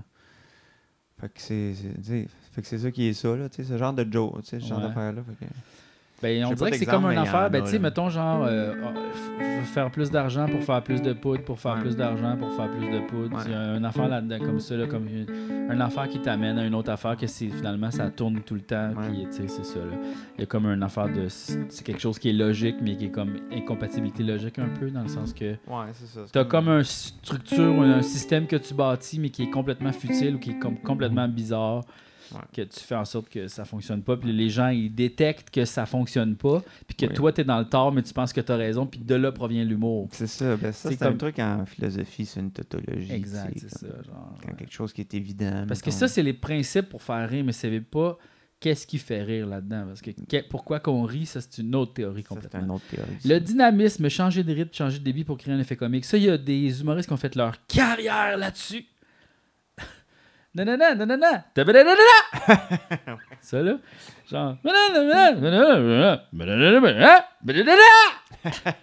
Fait que c'est. c'est- tu sais, Fait que c'est ça qui est ça, là, tu sais, ce genre de Joe, tu sais, ce genre
Ouais.
d'affaire-là. fait que-
Ben,
J'ai
on
pas
dirait que c'est
d'exemple,
comme une
mais il y en
affaire, ben,
a,
tu sais,
là.
mettons genre, euh, oh, f- f- faire plus d'argent pour faire plus de poudre, pour faire
Ouais.
plus d'argent, pour faire plus de poudre.
Ouais.
Il y a une affaire là-dedans comme ça, là, comme une, une affaire qui t'amène à une autre affaire que c'est finalement ça tourne tout le temps,
Ouais.
puis tu sais, c'est ça. là. Il y a comme une affaire de. C'est quelque chose qui est logique, mais qui est comme incompatibilité logique un peu, dans le sens que.
Ouais, c'est ça. c'est
T'as comme une structure, un système que tu bâtis, mais qui est complètement futile ou qui est com- complètement bizarre,
Ouais.
que tu fais en sorte que ça fonctionne pas. Puis les gens, ils détectent que ça fonctionne pas, puis que
Oui.
toi, t'es dans le tort, mais tu penses que t'as raison, puis de là provient l'humour.
C'est ça, ben ça,
C'est
c'est
comme-
un truc en philosophie, c'est une tautologie. tu
Exact,
sais,
c'est ça.
comme
genre,
Quand
ouais.
quelque chose qui est évident.
Parce que
mettons.
ça, c'est les principes pour faire rire, mais c'est pas qu'est-ce qui fait rire là-dedans. Parce que, que- pourquoi qu'on rit, ça, c'est une autre théorie
Ça, c'est
complètement.
une autre théorie.
Le dynamisme, changer de rythme, changer de débit pour créer un effet comique. Ça, il y a des humoristes qui ont fait leur carrière là-dessus. Nanana, nanana, tabadadadada. Ça, là, genre... nanana, nanana, nanana, nanana, badadada.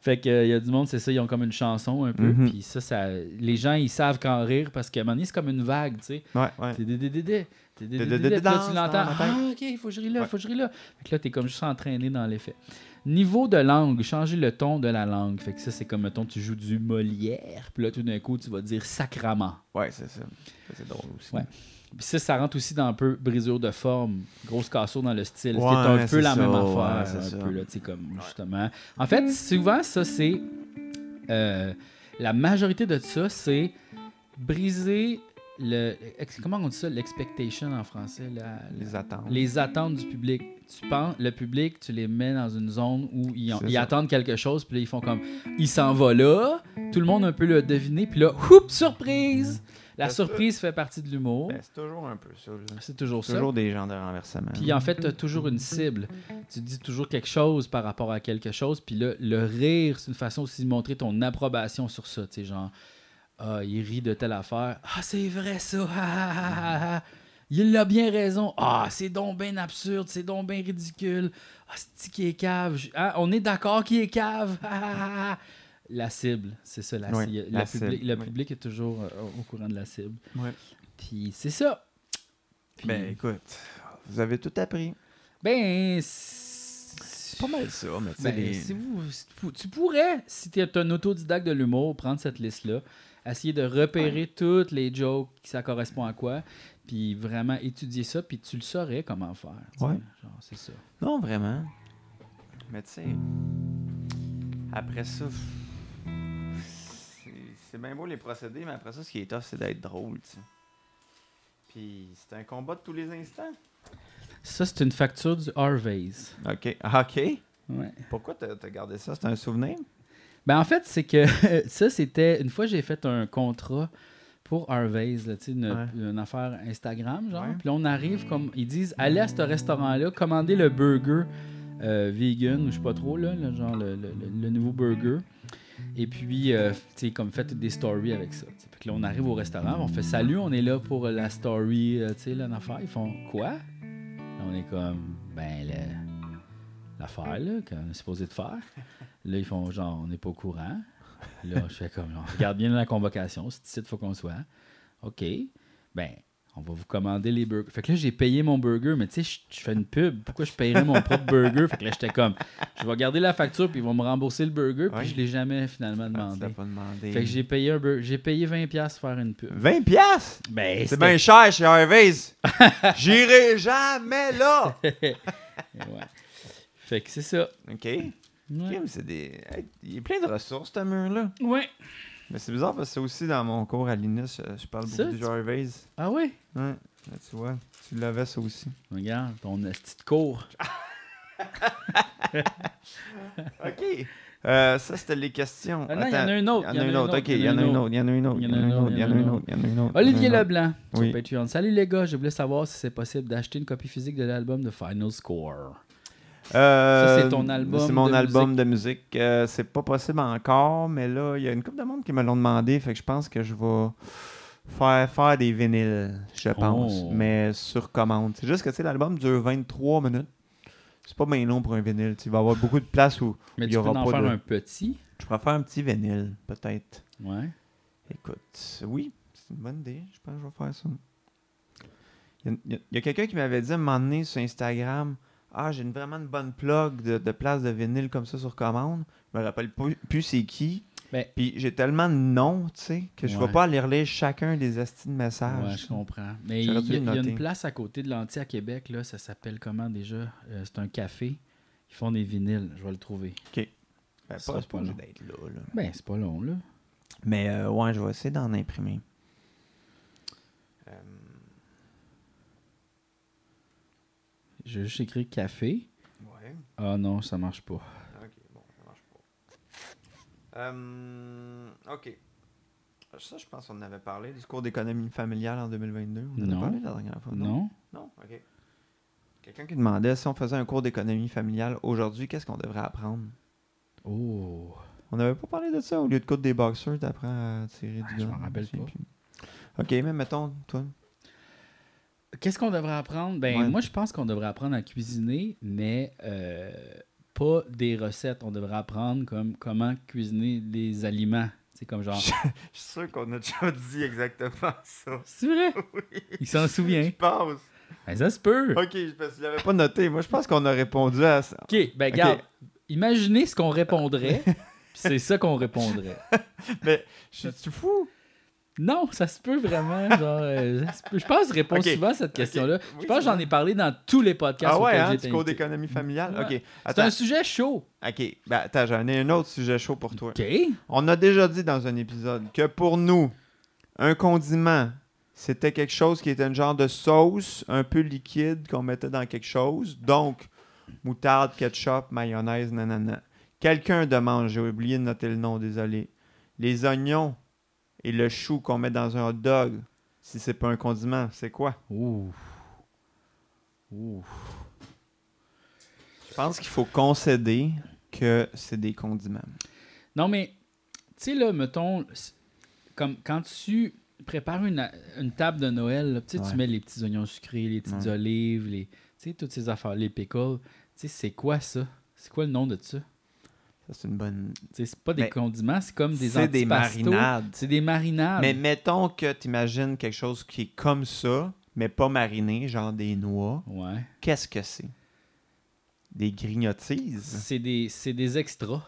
Fait que, euh, il y a du monde, c'est ça, ils ont comme une chanson un peu.
Mhm.
Puis ça, ça, les gens, ils savent quand rire parce qu'à un moment donné, c'est comme une vague, tu sais.
Ouais, ouais.
T'es dé- dé- dé- dé. T'es dé- dé- dé-
Dé- dé-
dé.
dé-
Puis là,
danse
tu
dans
l'entends.
ma tête.
Ah, ok, il faut que je rie là,
Ouais.
faut que je rie là. Fait que là, t'es comme juste entraîné dans l'effet. Niveau de langue, changer le ton de la langue. Fait que ça, c'est comme, mettons, tu joues du Molière, puis là, tout d'un coup, tu vas dire sacrament.
Ouais, c'est ça. Ça, c'est drôle aussi.
Ouais. Puis ça, ça rentre aussi dans un peu brisure de forme, grosse cassure dans le style.
Ouais,
c'est un peu
c'est
la
ça,
même
ouais,
affaire.
c'est
un
ça.
peu, là, tu sais, comme, justement. En fait, souvent, ça, c'est. euh, la majorité de ça, c'est briser le. ex- Comment on dit ça L'expectation en français. la- la-
Les attentes.
les attentes du public. Tu penses, le public, tu les mets dans une zone où ils, ont-
C'est
ils
ça.
attendent quelque chose, puis là, ils font comme il s'en va là, tout le monde un peu le deviner, puis là, oups, surprise La
C'est ça.
surprise fait partie de l'humour.
Ben, c'est toujours un peu ça. là.
C'est toujours
C'est
ça.
toujours des gens de renversement.
Puis en fait, tu as toujours une cible. Tu dis toujours quelque chose par rapport à quelque chose. Puis là, le rire, c'est une façon aussi de montrer ton approbation sur ça. Tu sais, genre, ah, il rit de telle affaire. Ah, c'est vrai ça. Ah, ah, ah, ah, ah. Il a bien raison. Ah, c'est donc bien absurde. C'est donc bien ridicule. Ah, c'est qui est cave. Je- hein, on est d'accord qu'il est cave. Ah, ah, ah, ah. La cible, c'est ça. La,
Ouais,
cible. le,
la
public,
cible,
le
oui.
public est toujours euh, au courant de la cible.
Ouais.
Puis c'est ça. Puis-
Ben écoute, vous avez tout appris.
ben, c-
C'est pas mal ça, mais tu sais,
Ben,
les-
si vous- si tu pou- tu pourrais, si tu es un autodidacte de l'humour, prendre cette liste-là, essayer de repérer toutes les jokes, qui ça correspond à quoi, puis vraiment étudier ça, puis tu le saurais comment faire. tu sais.
Ouais.
Genre, c'est ça.
Non, vraiment. Mais tu sais, après ça, c'est- c'est bien beau les procédés, mais après ça, ce qui est tough, c'est d'être drôle, tu sais. Puis c'est un combat de tous les instants.
Ça, c'est une facture du Harvey's.
OK. Ah, OK. Ah,
Ouais.
Pourquoi t'as t'as gardé ça? C'est un souvenir?
Ben, en fait, c'est que ça, c'était. Une fois, j'ai fait un contrat pour Harvey's, là, tu sais, une,
Ouais.
une affaire Instagram, genre.
Ouais.
Puis là, on arrive, comme ils disent, allez à ce restaurant-là, commandez le burger euh, vegan, ou je sais pas trop, là, le, genre le, le- le- le nouveau burger. Et puis, euh, tu sais, comme faites des stories avec ça. tu sais. Fait que là, on arrive au restaurant, on fait salut, on est là pour la story, euh, tu sais, là, l'affaire. Ils font quoi? Là, on est comme, ben, le- l'affaire, là, qu'on est supposé de faire. Là, ils font genre, on n'est pas au courant. Là, je fais comme, genre, regarde bien la convocation, c'est ici qu'il faut qu'on soit. OK. Ben, on va vous commander les burgers. Fait que là, j'ai payé mon burger, mais tu sais, je- je fais une pub. Pourquoi je payerais mon propre burger? Fait que là, j'étais comme, je vais garder la facture, puis ils vont me rembourser le burger, puis
Ouais.
je l'ai jamais finalement
Ah, tu
demandé.
l'as pas demandé.
Fait que j'ai payé, un bur- j'ai payé 20$ pour faire une pub.
20 piastres?
Ben,
Mm. C'est bien cher chez Harvey's. J'irai jamais là.
Ouais. Fait que c'est ça.
OK.
Ouais.
Kim, c'est des... hey, il y a plein de ressources, ce mur-là.
Ouais.
Mais c'est bizarre parce que c'est aussi dans mon cours à l'INIS, je, je parle beaucoup
Ça,
de
tu-
Jarvis.
Ah ouais?
Ouais, mais tu vois, tu l'avais ça aussi.
Regarde, ton petit cours.
OK. Euh, ça, c'était les questions.
Ah non, il y
Attends,
en a une autre,
Il y en a une autre. OK, il y en a une autre. Il y en a une autre. Il y en a une autre. Il y en a une autre. il y en a une autre, il y en a une
Olivier
autre.
Leblanc sur
Mmh. Oui.
Patreon. Salut les gars, je voulais savoir si c'est possible d'acheter une copie physique de l'album de Final Score.
Euh,
Ça, c'est ton album
C'est mon
de
album de musique. Euh, c'est pas possible encore, mais là, il y a une couple de monde qui me l'ont demandé, fait que je pense que je vais faire, faire des vinyles, je pense,
Oh.
mais sur commande. C'est juste que tu sais, l'album dure 23 minutes. C'est pas bien long pour un vinyle. tu sais, Il va y avoir beaucoup de place où
Mais
Il
tu
y
peux
aura
en
pas
faire
de-
un petit.
je pourrais faire un petit vinyle, peut-être.
Ouais.
Écoute, oui, c'est une bonne idée. Je pense que je vais faire ça. Il y a- il y a, il y a quelqu'un qui m'avait dit à un moment donné sur Instagram Ah, j'ai une, vraiment une bonne plug de, de place de vinyle comme ça sur commande. Je me rappelle pu- plus c'est qui.
Ben-
Puis j'ai tellement de noms, tu sais, que je ne
Ouais.
vais pas aller relire chacun des astis de
Ouais,
messages.
je comprends. Mais il y,
Ah, J'aurais
a-
dû le
il y a
noter.
une place à côté de l'Anti à Québec, là, ça s'appelle comment déjà Euh, C'est un café. Ils font des vinyles, je vais le trouver.
Ben, pas-
Ça,
c'est
c'est
pas
pas
obligé
long.
d'être là, là.
Ben, c'est pas long, là.
Mais euh, ouais, je vais essayer d'en imprimer. Euh,
J'ai juste écrit café.
ouais.
Ah non, ça marche pas.
Ah, Ok, bon, ça marche pas. Euh, ok. Ça, je pense qu'on en avait parlé, du cours d'économie familiale en 2022. On en
Non.
a parlé la dernière fois, Ah non?
Non
Non? Ok. Quelqu'un qui demandait si on faisait un cours d'économie familiale aujourd'hui, qu'est-ce qu'on devrait apprendre?
Oh.
On n'avait pas parlé de ça. Au lieu de coudre des boxeurs, t'apprends à tirer
Ah,
du
je
gun,
m'en rappelle
sais
pas.
plus. Ok, mais mettons, toi.
Qu'est-ce qu'on devrait apprendre? Ben,
Ouais.
moi, je pense qu'on devrait apprendre à cuisiner, mais euh, pas des recettes. On devrait apprendre comme comment cuisiner des aliments. C'est comme genre.
Je suis sûr qu'on a déjà dit exactement ça.
C'est vrai? Il s'en souvient.
pense.
Ben, ça se peut.
Ok, parce que je l'avais pas noté. Moi, je pense qu'on a répondu à ça.
OK, ben,
Ok.
garde. Imaginez ce qu'on répondrait, puis c'est ça qu'on répondrait.
Je suis fou.
Non, ça se peut vraiment. Genre, euh, ça se peut. Je pense que je réponds
Ok,
souvent à cette question-là.
Oui,
Je pense que
c'est
j'en ai parlé dans tous les podcasts.
Ah ouais,
auxquels
hein,
j'ai
du
été
cours
invité.
d'économie familiale.
Ouais.
Ok.
C'est
Attends,
un sujet chaud.
ok. Ben, attends, j'en ai un autre sujet chaud pour toi.
OK.
On a déjà dit dans un épisode que pour nous, un condiment, c'était quelque chose qui était un genre de sauce un peu liquide qu'on mettait dans quelque chose. Donc, moutarde, ketchup, mayonnaise, nanana. Quelqu'un demande, j'ai oublié de noter le nom, désolé. Les oignons et le chou qu'on met dans un hot dog, si c'est pas un condiment, c'est quoi?
Ouh. Ouh.
Je pense qu'il faut concéder que c'est des condiments.
Non, mais, tu sais, là, mettons, c'est- comme quand tu prépares une, une table de Noël, là, tu sais,
Ouais.
tu mets les petits oignons sucrés, les petites
Ouais.
olives, les, tu sais, toutes ces affaires, les pickles. Tu sais, c'est quoi ça? C'est quoi le nom de ça?
Ça, c'est une bonne.
Tu sais, c'est pas des
Mais
condiments, c'est comme des
C'est des
antipastos. Ah.
marinades.
C'est des marinades.
Mais mettons que tu imagines quelque chose qui est comme ça, mais pas mariné, genre des noix.
Ouais.
Qu'est-ce que c'est Des grignotises.
C'est des, c'est des extras.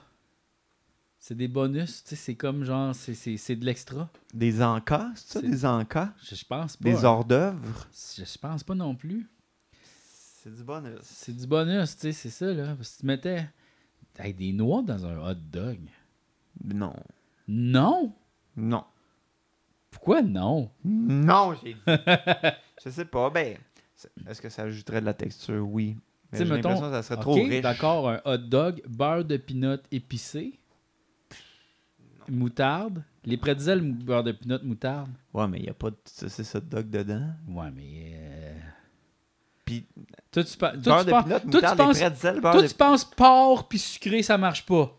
C'est des bonus, tu sais, c'est comme genre, c'est- c'est c'est de l'extra.
Des encas, c'est ça,
C'est-
des encas?
Je, je pense pas.
Des hors d'œuvre.
Je, je pense pas non plus.
C'est du bonus.
C'est du bonus, tu sais, c'est ça, là. Parce que tu mettais hey, des noix dans un hot dog.
Non.
Non!
Non.
Pourquoi non?
Non, j'ai dit. je sais pas. Ben, c'est- est-ce que ça ajouterait de la texture? Oui. Mais
T'sais,
j'ai
mettons,
l'impression que ça serait
Ok,
trop riche.
d'accord, un hot dog, beurre de pinot épicé, moutarde. Les pretzels, mou- beurre de pinot, moutarde.
Ouais, mais il n'y a pas de saucisse hot dog dedans.
Ouais, mais... euh,
Puis,
Toi, tu, pa- toi,
beurre
tu
de
pa-
pinot,
toi, tu
moutarde,
penses...
des pretzels, beurre
Toi,
de...
tu penses porc puis sucré, ça marche pas.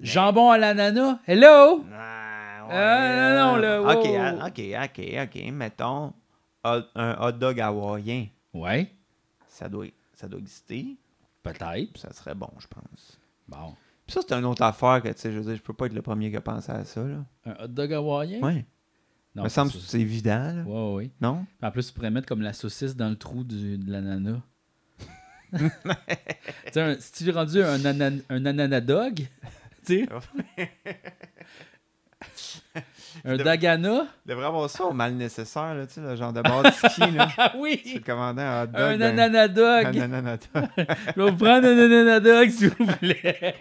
Jambon à l'ananas, hello!
Ah,
Euh, non, non, là,
OK,
wow.
ah, OK, OK, OK. Mettons hot- un hot dog hawaïen.
Ouais,
Ça doit, ça doit exister.
peut-être.
Puis ça serait bon, je pense.
Bon.
Puis ça, c'est une autre affaire que, tu sais, je veux dire, je peux pas être le premier qui a pensé à ça, là.
Un hot dog hawaïen?
Ouais.
Eh? Non,
me semble que
c'est ça.
c'est évident, là.
Ouais, ouais, ouais.
Non?
En plus, tu pourrais mettre comme la saucisse dans le trou du- de l'ananas. Tu sais, un- si tu es rendu un, anan- un ananas dog, tu sais, un dagana,
Il devrait avoir ça au mal nécessaire, là, tu sais, le genre de bord de ski, là.
ah
Tu
oui,
te commandais un hot dog.
un
d'un-
ananas
un
dog.
ananas dog.
Je vais vous prendre un ananas dog, s'il vous plaît.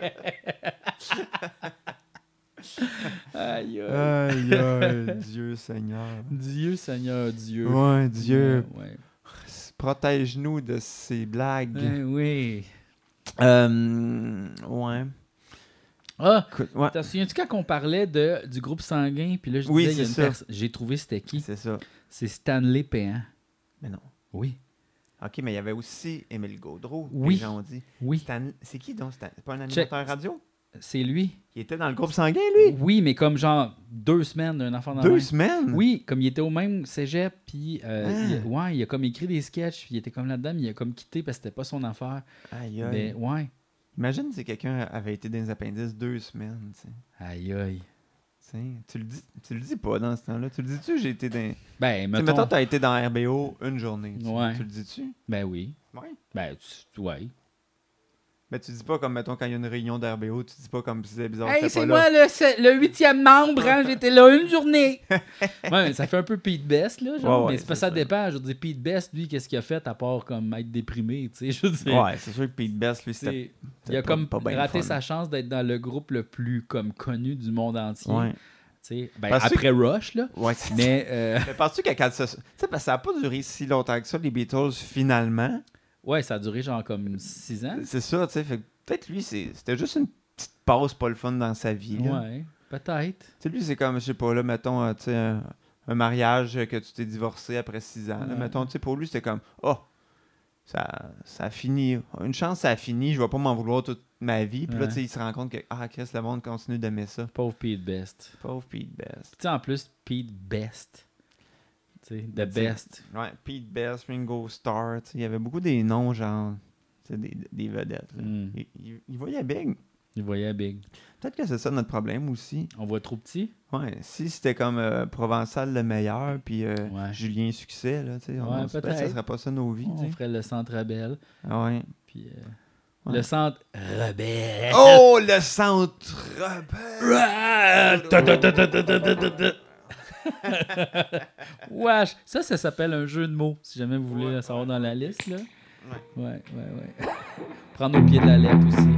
Aïe, aïe.
Aïe, aïe, Dieu Seigneur.
Dieu, Seigneur, Dieu.
Ouais, Dieu,
Ouais.
protège-nous de ces blagues.
Eh oui.
Euh, ouais.
Ah,
Écoute, ouais.
t'as souviens-tu quand on parlait de, du groupe sanguin? Puis là, je
Oui,
disais, il y a
c'est
une
ça.
personne. J'ai trouvé c'était qui?
C'est ça.
C'est Stanley Péan.
Mais non.
Oui.
OK, mais il y avait aussi Émile Gaudreau.
Oui.
Les gens ont dit.
Oui.
Stan- C'est qui donc Stan- C'est pas un
Check.
animateur radio
C'est lui.
Il était dans le groupe sanguin, lui
Oui, mais comme genre deux semaines d'un enfant dans le
Deux
même.
semaines
Oui, comme il était au même cégep, puis euh,
Ah.
il, ouais, il a comme écrit des sketchs, puis il était comme là-dedans, mais il a comme quitté parce que c'était pas son affaire.
Aïe, aïe.
Mais ouais,
Imagine si quelqu'un avait été dans les appendices deux semaines, tu sais.
aïe aïe.
Tu sais, Tu le dis, tu le dis pas dans ce temps-là. Tu le dis-tu, j'ai été dans.
Ben,
Tu sais,
mettons,
Mettons, t'as été dans RBO une journée. tu sais.
Ouais.
Tu le dis-tu?
ben oui,
Ouais.
ben tu, ouais.
Mais tu dis pas comme, mettons, quand il y a une réunion d'RBO, tu dis pas comme si c'est bizarre.
Hey,
t'étais
c'est
pas
moi
là.
le, se- le huitième membre, hein, j'étais là une journée. ouais, mais ça fait un peu Pete Best, là, genre,
Ouais, ouais,
mais c'est pas
c'est
ça
ça.
dépend. Je veux dire, Pete Best, lui, qu'est-ce qu'il a fait à part comme être déprimé, tu sais, je veux dire.
Ouais, c'est sûr que Pete Best, lui,
tu
c'était.
sais, il a
pas-
comme
pas ben
raté
le fun.
sa chance d'être dans le groupe le plus comme connu du monde entier.
Ouais.
Tu sais, ben,
Parce que-
après Rush, là.
Ouais, c'est
Mais, euh,
Mais penses-tu que quand ça. Tu sais, parce que ça n'a pas duré si longtemps que ça, les Beatles, finalement.
ouais, ça a duré genre comme 6 ans.
C'est ça, tu sais. fait que Peut-être lui, c'est- c'était juste une petite pause pas le fun dans sa vie. là.
Ouais, peut-être.
Tu sais, lui, c'est comme, je sais pas, là, mettons, euh, tu sais, un, un mariage que tu t'es divorcé après six ans. là,
Ouais.
mettons, tu sais, pour lui, c'était comme, oh, ça, ça a fini. Une chance, ça a fini. Je vais pas m'en vouloir toute ma vie. Puis là,
Ouais.
tu sais, il se rend compte que, ah, Chris, le monde continue d'aimer ça.
Pauvre Pete Best.
Pauvre Pete Best.
Tu sais, en plus, Pete Best. Tu sais, The
Tu sais,
Best.
Ouais, Pete Best, Ringo Starr, tu sais, il y avait beaucoup des noms, genre, tu sais, des, des vedettes. là.
Mm.
Il, il- il voyait big.
Il voyait Big.
Peut-être que c'est ça notre problème aussi.
On voit trop petit.
Ouais, si c'était comme euh, Provençal le meilleur, puis euh,
Ouais.
Julien Succès, là, tu sais, on-
Ouais,
on se-
peut-être.
ça serait pas ça nos vies, tu
On
sais.
ferait le centre rebelle.
Ah ouais.
Puis, euh,
Ouais.
Le centre rebelle.
Oh, le centre rebelle!
Ah! Ta, ta, ta, ta, ta, ta, ta, ta, ta. Wesh, ça, ça s'appelle un jeu de mots, si jamais vous voulez le savoir dans la liste. Là. Ouais, ouais, ouais. Prendre au pied de la lettre aussi.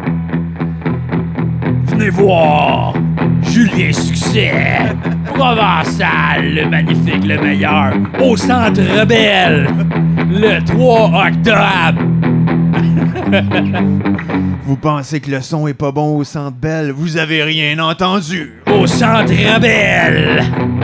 Venez voir Julien Succès, Provençal, le magnifique, le meilleur, au centre rebelle, le 3 octobre.
Vous pensez que le son est pas bon au centre belle? Vous avez rien entendu!
au centre rebelle.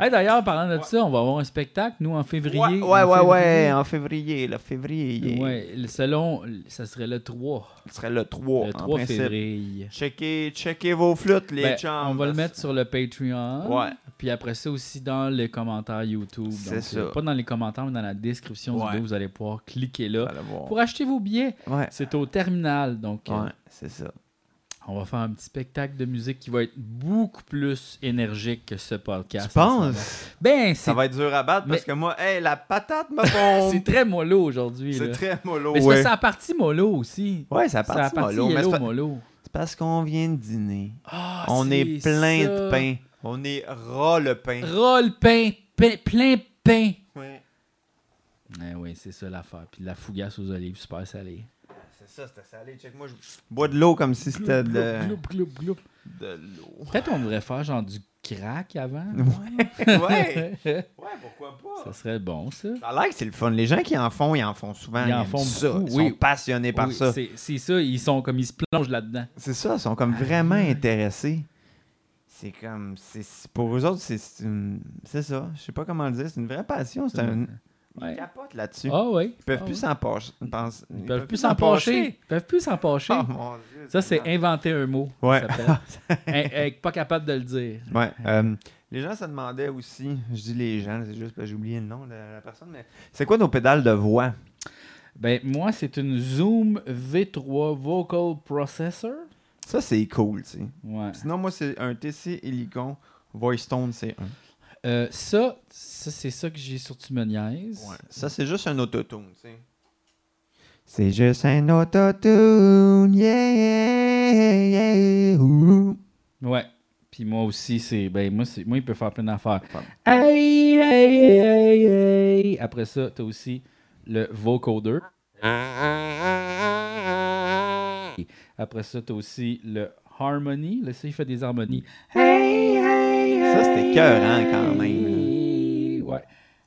Hey, D'ailleurs, parlant de ça, on va avoir un spectacle, nous, en février.
Ouais, ouais,
En
ouais,
février.
ouais, en février, le février.
Ouais, le salon, ça serait le 3.
Ce serait le 3,
le
en
3
principe.
février.
Checkez, checkez vos flûtes, les
Ben,
chums.
on va le mettre sur le Patreon.
Ouais.
Puis après ça aussi dans les commentaires YouTube. Donc,
C'est ça.
euh, Pas dans les commentaires, mais dans la description du
Ouais.
vidéo, vous allez pouvoir cliquer là.
Allez voir.
Pour acheter vos billets,
Ouais,
c'est au terminal. Donc, euh,
ouais, c'est ça.
On va faire un petit spectacle de musique qui va être beaucoup plus énergique que ce podcast.
Tu
en ce moment.
penses?
Ben, c'est
Ça va être dur à battre parce
Mais-
que moi, hey, la patate me pompe.
c'est très mollo aujourd'hui.
c'est
là.
très mollo.
Mais c'est
ouais.
parce que c'est la partie mollo aussi.
Ouais, ça
C'est la
part
partie
mollo. mais
yellow
c'est pas-
mollo.
c'est parce qu'on vient de dîner.
Ah,
On est,
c'est
plein
ça.
de pain. On est ras le pain.
Roll pain, pain- plein pain.
Ouais.
Eh oui, c'est ça l'affaire. Puis de la fougasse aux olives, super salée.
C'est ça, c'était salé. Check moi, je bois de l'eau comme si c'était de,
Gloup, gloup, gloup.
de l'eau.
Peut-être on devrait faire genre du crack avant.
ouais, ouais, pourquoi pas?
ça serait bon, ça.
Ça a l'air que c'est le fun. Les gens qui en font, ils en font souvent.
Ils
Ils,
en
aiment
font
ça.
beaucoup,
Ils
oui.
sont passionnés par
Oui,
ça.
c'est- C'est ça, ils sont comme ils se plongent là-dedans.
C'est ça, ils sont comme
Ah,
vraiment intéressés. C'est comme. c'est- c'est- Pour eux autres, c'est c'est une- c'est ça. Je sais pas comment le dire. C'est une vraie passion. C'est un.
Ouais.
Ils capotent là-dessus.
Ah oui.
Ils peuvent
Ah
plus
oui.
s'en pencher. pense-
Ils peuvent plus s'en pencher. Ils peuvent plus s'en pencher.
Oh mon Dieu.
Ça, c'est inventer un mot. ça
Ouais.
s'appelle. Hein, hein, pas capable de le dire.
Ouais. euh, les gens se demandaient aussi, je dis les gens, c'est juste parce que j'ai oublié le nom de la personne, mais c'est quoi nos pédales de voix?
Ben, moi, c'est une Zoom V3 Vocal Processor.
Ça, c'est cool, tu sais.
Ouais.
Sinon, moi, c'est un TC Helicon. Voice Tone, c'est un.
Euh, ça, ça c'est ça que j'ai sur Tu me niaises.
Ça, c'est juste un autotune, tu sais. C'est juste un autotune, yeah, yeah, yeah. ouh.
Ouais. Puis moi aussi, c'est. Ben, moi, c'est, moi, il peut faire plein d'affaires.
Pardon.
Hey, hey, hey, hey. Après ça, t'as aussi le vocoder. Après ça, t'as aussi le harmony. Là, ça, il fait des harmonies. Hey, hey, hey.
Ça, c'était écœurant, quand même, hein.
Ouais.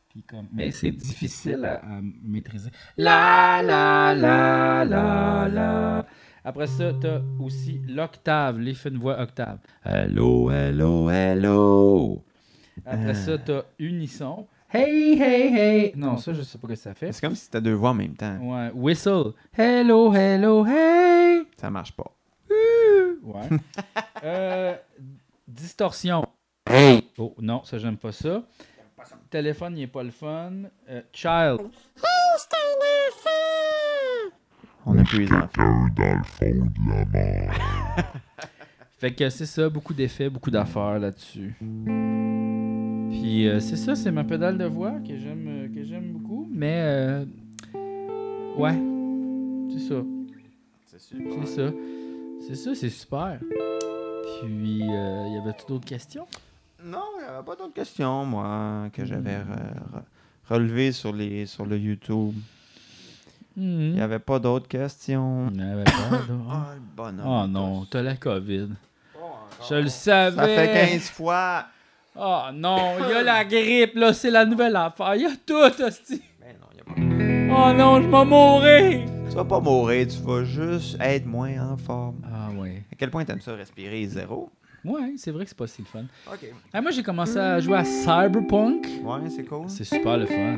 Puis comme... Mais c'est difficile à, à maîtriser. La, la, la, la, la. Après ça, t'as aussi l'octave, les fins de voix octave. Hello, hello, hello. Après ça, t'as unisson. Hey, hey, hey. Non, ça, je sais pas ce que ça fait.
C'est comme si t'as deux voix en même temps.
Ouais. Whistle. Hello, hello, hey.
Ça marche pas.
Ouais. Euh, distorsion. Oh non, ça j'aime pas ça. Téléphone, il est pas le fun. Euh, child.
On a plus les enfants.
Fait que c'est ça, beaucoup d'effets, beaucoup d'affaires là-dessus. Puis euh, c'est ça, c'est ma pédale de voix que j'aime euh, que j'aime beaucoup, mais euh, ouais, c'est ça,
C'est super.
c'est ça, c'est ça, c'est super. Puis euh, y avait-tu d'autres questions
Non, il n'y avait pas d'autres questions, moi, que j'avais re- re- relevées sur, les, sur le YouTube. Il n'y avait pas d'autres questions.
Y en avait pas, là.
Ah, le bonhomme.
Oh non, t'as la COVID.
Pas encore.
Je le
Ah. Ça fait
savais.
15 fois.
Ah non, il y a la grippe, là, c'est la nouvelle affaire. Il y a tout, hostie.
Mais non, y a pas...
Oh non, je vais mourir.
Tu vas pas mourir, tu vas juste être moins en forme.
Ah ouais.
À quel point t'aimes ça respirer zéro?
Ouais, c'est vrai que c'est pas si le fun.
Ok.
Ah, moi, j'ai commencé à jouer à Cyberpunk.
Ouais, c'est cool.
C'est super le fun.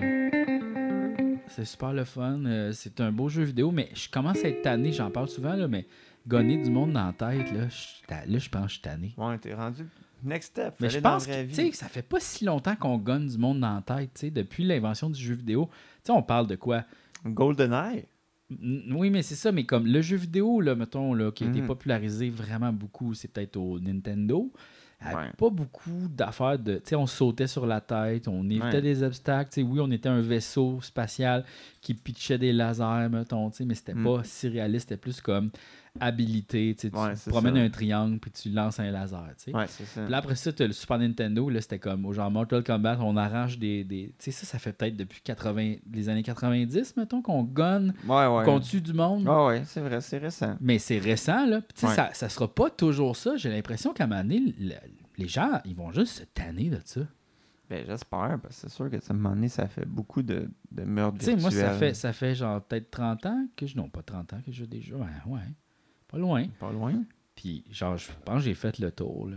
C'est super le fun. euh, c'est un beau jeu vidéo, mais je commence à être tanné. J'en parle souvent, là, mais gonner du monde dans la tête, là, je, ta- là, je pense que je suis tanné.
Ouais, t'es rendu next step.
Mais
fallait
je
dans la
pense
vraie
que tu sais,
vie.
ça fait pas si longtemps qu'on gonne du monde dans la tête. tu sais, Depuis l'invention du jeu vidéo, Tu sais, on parle de quoi
GoldenEye.
Mm, Oui, mais c'est ça, mais comme le jeu vidéo, là, mettons, là, qui a été
Mhm.
popularisé vraiment beaucoup, c'est peut-être au Nintendo. Il y avait
Ouais.
Pas beaucoup d'affaires de. Tu sais, on sautait sur la tête, on évitait
Ouais.
des obstacles. tu sais, oui, on était un vaisseau spatial qui pitchait des lasers, mettons, tu sais, mais c'était
Mm.
pas si réaliste, c'était plus comme habilité. tu sais,
Ouais,
tu
c'est
promènes
ça.
un triangle puis tu lances un laser. tu sais.
Ouais, c'est ça.
Puis là, après ça, t'as le Super Nintendo, là, c'était comme, au genre Mortal Kombat, on arrange des. des- tu sais, ça, ça fait peut-être depuis 80, les années 90, mettons, qu'on gonne
Ouais, ouais.
qu'on tue du monde.
Ouais, ouais, c'est vrai, c'est récent.
Mais c'est récent, là. Puis, tu sais,
Ouais.
ça, ça sera pas toujours ça. J'ai l'impression qu'à un moment donné, le- les gens, ils vont juste se tanner de ça.
Ben, j'espère, parce que c'est sûr que ça, à un moment donné, ça fait beaucoup de, de meurtres
Tu sais, moi, ça
virtuels.
fait, ça fait genre peut-être 30 ans que je. Non, pas 30 ans que je joue des jeux. Ouais, ouais. Pas loin.
Pas loin.
Puis, genre, je pense que j'ai fait le tour, là.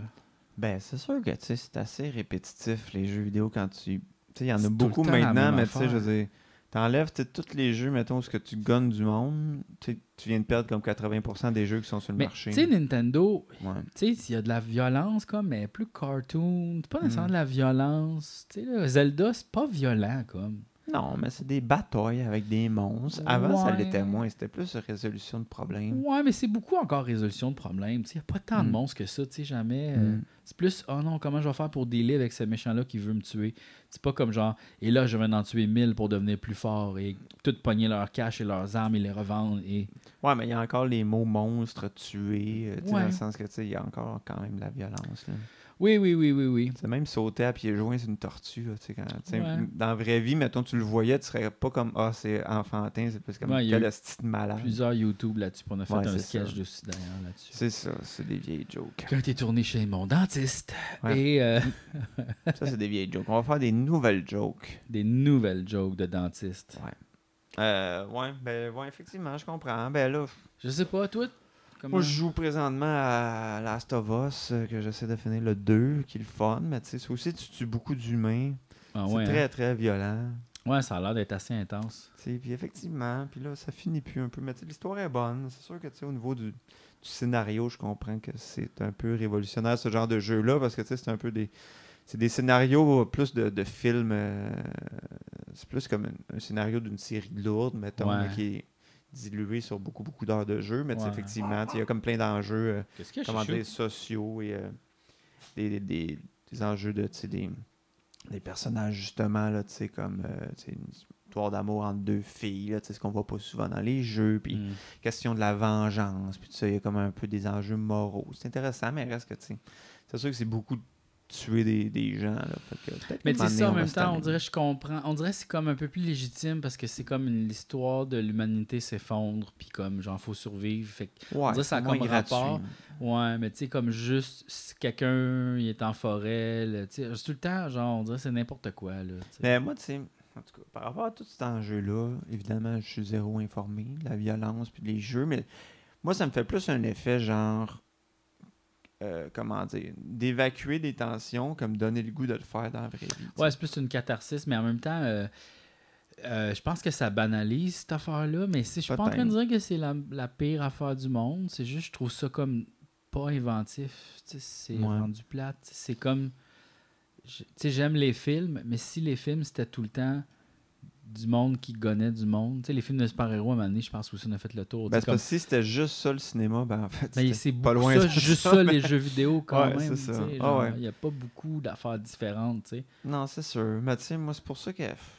Ben, c'est sûr que tu sais, c'est assez répétitif, les jeux vidéo, quand tu. Tu sais, il y en
C'est
a
tout le
beaucoup
temps la
maintenant,
même
mais tu sais,
affaire.
je veux dire, t'enlèves tu sais, tous les jeux, mettons, où ce que tu gagnes du monde, tu sais, tu viens de perdre comme 80% des jeux qui sont sur le
Mais,
marché.
tu sais, Nintendo,
Ouais.
tu sais, s'il y a de la violence, comme, mais
Hmm.
plus cartoon. C'est pas nécessairement de la violence. Tu sais, là, Zelda, c'est pas violent, comme.
Non, mais c'est des batailles avec des monstres. Avant, ça
Ouais.
l'était moins. C'était plus résolution de problèmes.
Ouais, mais c'est beaucoup encore résolution de problèmes. Il n'y a pas tant de
Mm.
monstres que ça, tu sais, jamais. euh,
Mm.
C'est plus, oh non, comment je vais faire pour délire avec ce méchant-là qui veut me tuer. C'est pas comme genre, et là, je vais en tuer 1000 pour devenir plus fort et tout pogner leur cash et leurs armes et les revendre. Et...
Ouais, mais il y a encore les mots monstres, tuer, euh, tu sais,
Ouais.
dans le sens que tu sais, il y a encore quand même de la violence. Là.
Oui, oui, oui, oui, oui.
C'est même sauter à pieds joints, c'est une tortue. là, tu sais, quand- tu sais,
Ouais.
Dans la vraie vie, mettons, tu le voyais, tu serais pas comme Ah, c'est enfantin, c'est plus comme
Ouais, il y a
quel
eu
hostie de malade.
Plusieurs YouTube là-dessus. puis On a fait
Ouais,
un
c'est
sketch
ça.
dessus, d'ailleurs là-dessus.
C'est ça, c'est des vieilles jokes.
Quand t'es tourné chez mon dentiste
Ouais.
et euh,
ça, c'est des vieilles jokes. On va faire des nouvelles jokes.
des nouvelles jokes de dentiste.
Euh, ouais, ben, ouais, effectivement, je comprends. Ben là,
Je sais pas, toi, comment.
Moi, je joue présentement à Last of Us, euh, que j'essaie de finir le 2, qui est le fun, mais tu sais, ça aussi, tu tues beaucoup d'humains.
Ah,
c'est
ouais,
très,
hein.
très violent.
Ouais, ça a l'air d'être assez intense.
tu sais. Puis effectivement, puis là, ça finit plus un peu, mais tu sais, l'histoire est bonne. C'est sûr que, tu sais, au niveau du, du scénario, je comprends que c'est un peu révolutionnaire, ce genre de jeu-là, parce que, tu sais, c'est un peu des... C'est des scénarios plus de, de films. euh, c'est plus comme un, un scénario d'une série lourde, mettons,
Ouais.
mais qui est dilué sur beaucoup, beaucoup d'heures de jeu. Mais tu sais,
Ouais.
effectivement, tu sais, il y a comme plein d'enjeux. euh,
Qu'est-ce que je
comment
suis
dire, sociaux et euh, des, des, des- des enjeux de, tu sais, des, des personnages, justement, là, tu sais, comme euh, tu sais, une histoire d'amour entre deux filles, là, tu sais, ce qu'on voit pas souvent dans les jeux, puis
Mm.
question de la vengeance, puis tout ça, il y a comme un peu des enjeux moraux. C'est intéressant, mais reste que, tu sais, c'est sûr que c'est beaucoup de tuer des, des gens, là, fait que peut-être
Mais
qu'à
tu
un
sais ça,
moment
en
donné, va
même
se
temps, on
tanner.
dirait je comprends. On dirait que c'est comme un peu plus légitime parce que c'est comme une- l'histoire de l'humanité s'effondre, puis comme genre faut survivre. Fait que-
Ouais,
dirait ça a
c'est moins
comme
gratuit.
rapport. ouais, mais tu sais comme juste si quelqu'un il est en forêt, là, tu sais, c'est tout le temps genre on dirait que c'est n'importe quoi là. tu sais.
Mais moi, tu sais, en tout cas, par rapport à tout cet enjeu-là, évidemment, je suis zéro informé de la violence puis des jeux, mais moi, ça me fait plus un effet genre. euh, comment dire, d'évacuer des tensions comme donner le goût de le faire dans la vraie vie. tu sais.
Ouais, c'est plus une catharsis, mais en même temps, euh, euh, je pense que ça banalise cette affaire-là. Mais si je suis pas en train de dire que c'est la, la pire affaire du monde, c'est juste je trouve ça comme pas inventif. tu sais, C'est
Ouais.
rendu plate. C'est comme. je- Tu sais, j'aime les films, mais si les films c'était tout le temps du monde qui gonnait du monde, tu sais, les films de super-héros à un moment donné, je pense aussi on a fait le tour. tu
Ben,
sais,
c'est
comme-
parce que si c'était juste ça le cinéma, ben en fait,
mais
c'était
c'est
pas
pas
loin
ça,
de
juste
ça,
ça,
mais-
les jeux vidéo quand
Ouais,
même.
c'est ça.
tu sais,
Ah
genre,
ouais.
Il n'y a pas beaucoup d'affaires différentes. tu sais.
Non, c'est sûr. Mais tu sais, moi, c'est pour ça que pff,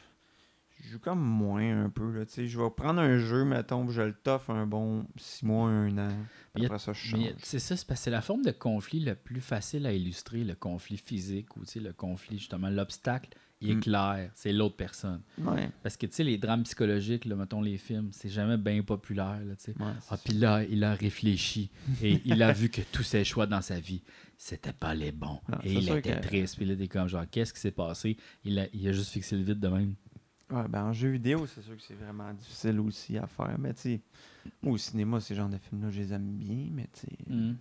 je joue comme moins un peu. Là. Tu sais, Je vais prendre un jeu, mettons, puis je le toffe un bon 6 mois, 1 an.
Mais y
Puis
a-
après ça, je change.
Mais c'est ça, c'est parce que c'est la forme de conflit le plus facile à illustrer, le conflit physique ou tu sais, le conflit, justement, l'obstacle, il est
Mm.
clair, c'est l'autre personne.
Ouais,
Parce que, tu sais, les drames psychologiques, là, mettons les films, c'est jamais bien populaire, là, tu sais.
ouais, c'est
Ah, puis là, il a réfléchi et il a vu que tous ses choix dans sa vie, c'était pas les bons. et
Non, Ah, c'est
il
sûr
était
que-
triste. Puis là, t'es comme genre, qu'est-ce qui s'est passé? Il a, il a juste fixé le vide de même.
Ouais, ben en jeu vidéo, c'est sûr que c'est vraiment difficile aussi à faire. Mais tu sais, moi au cinéma, ces genres de films-là, je les aime bien, mais tu sais.
Mm.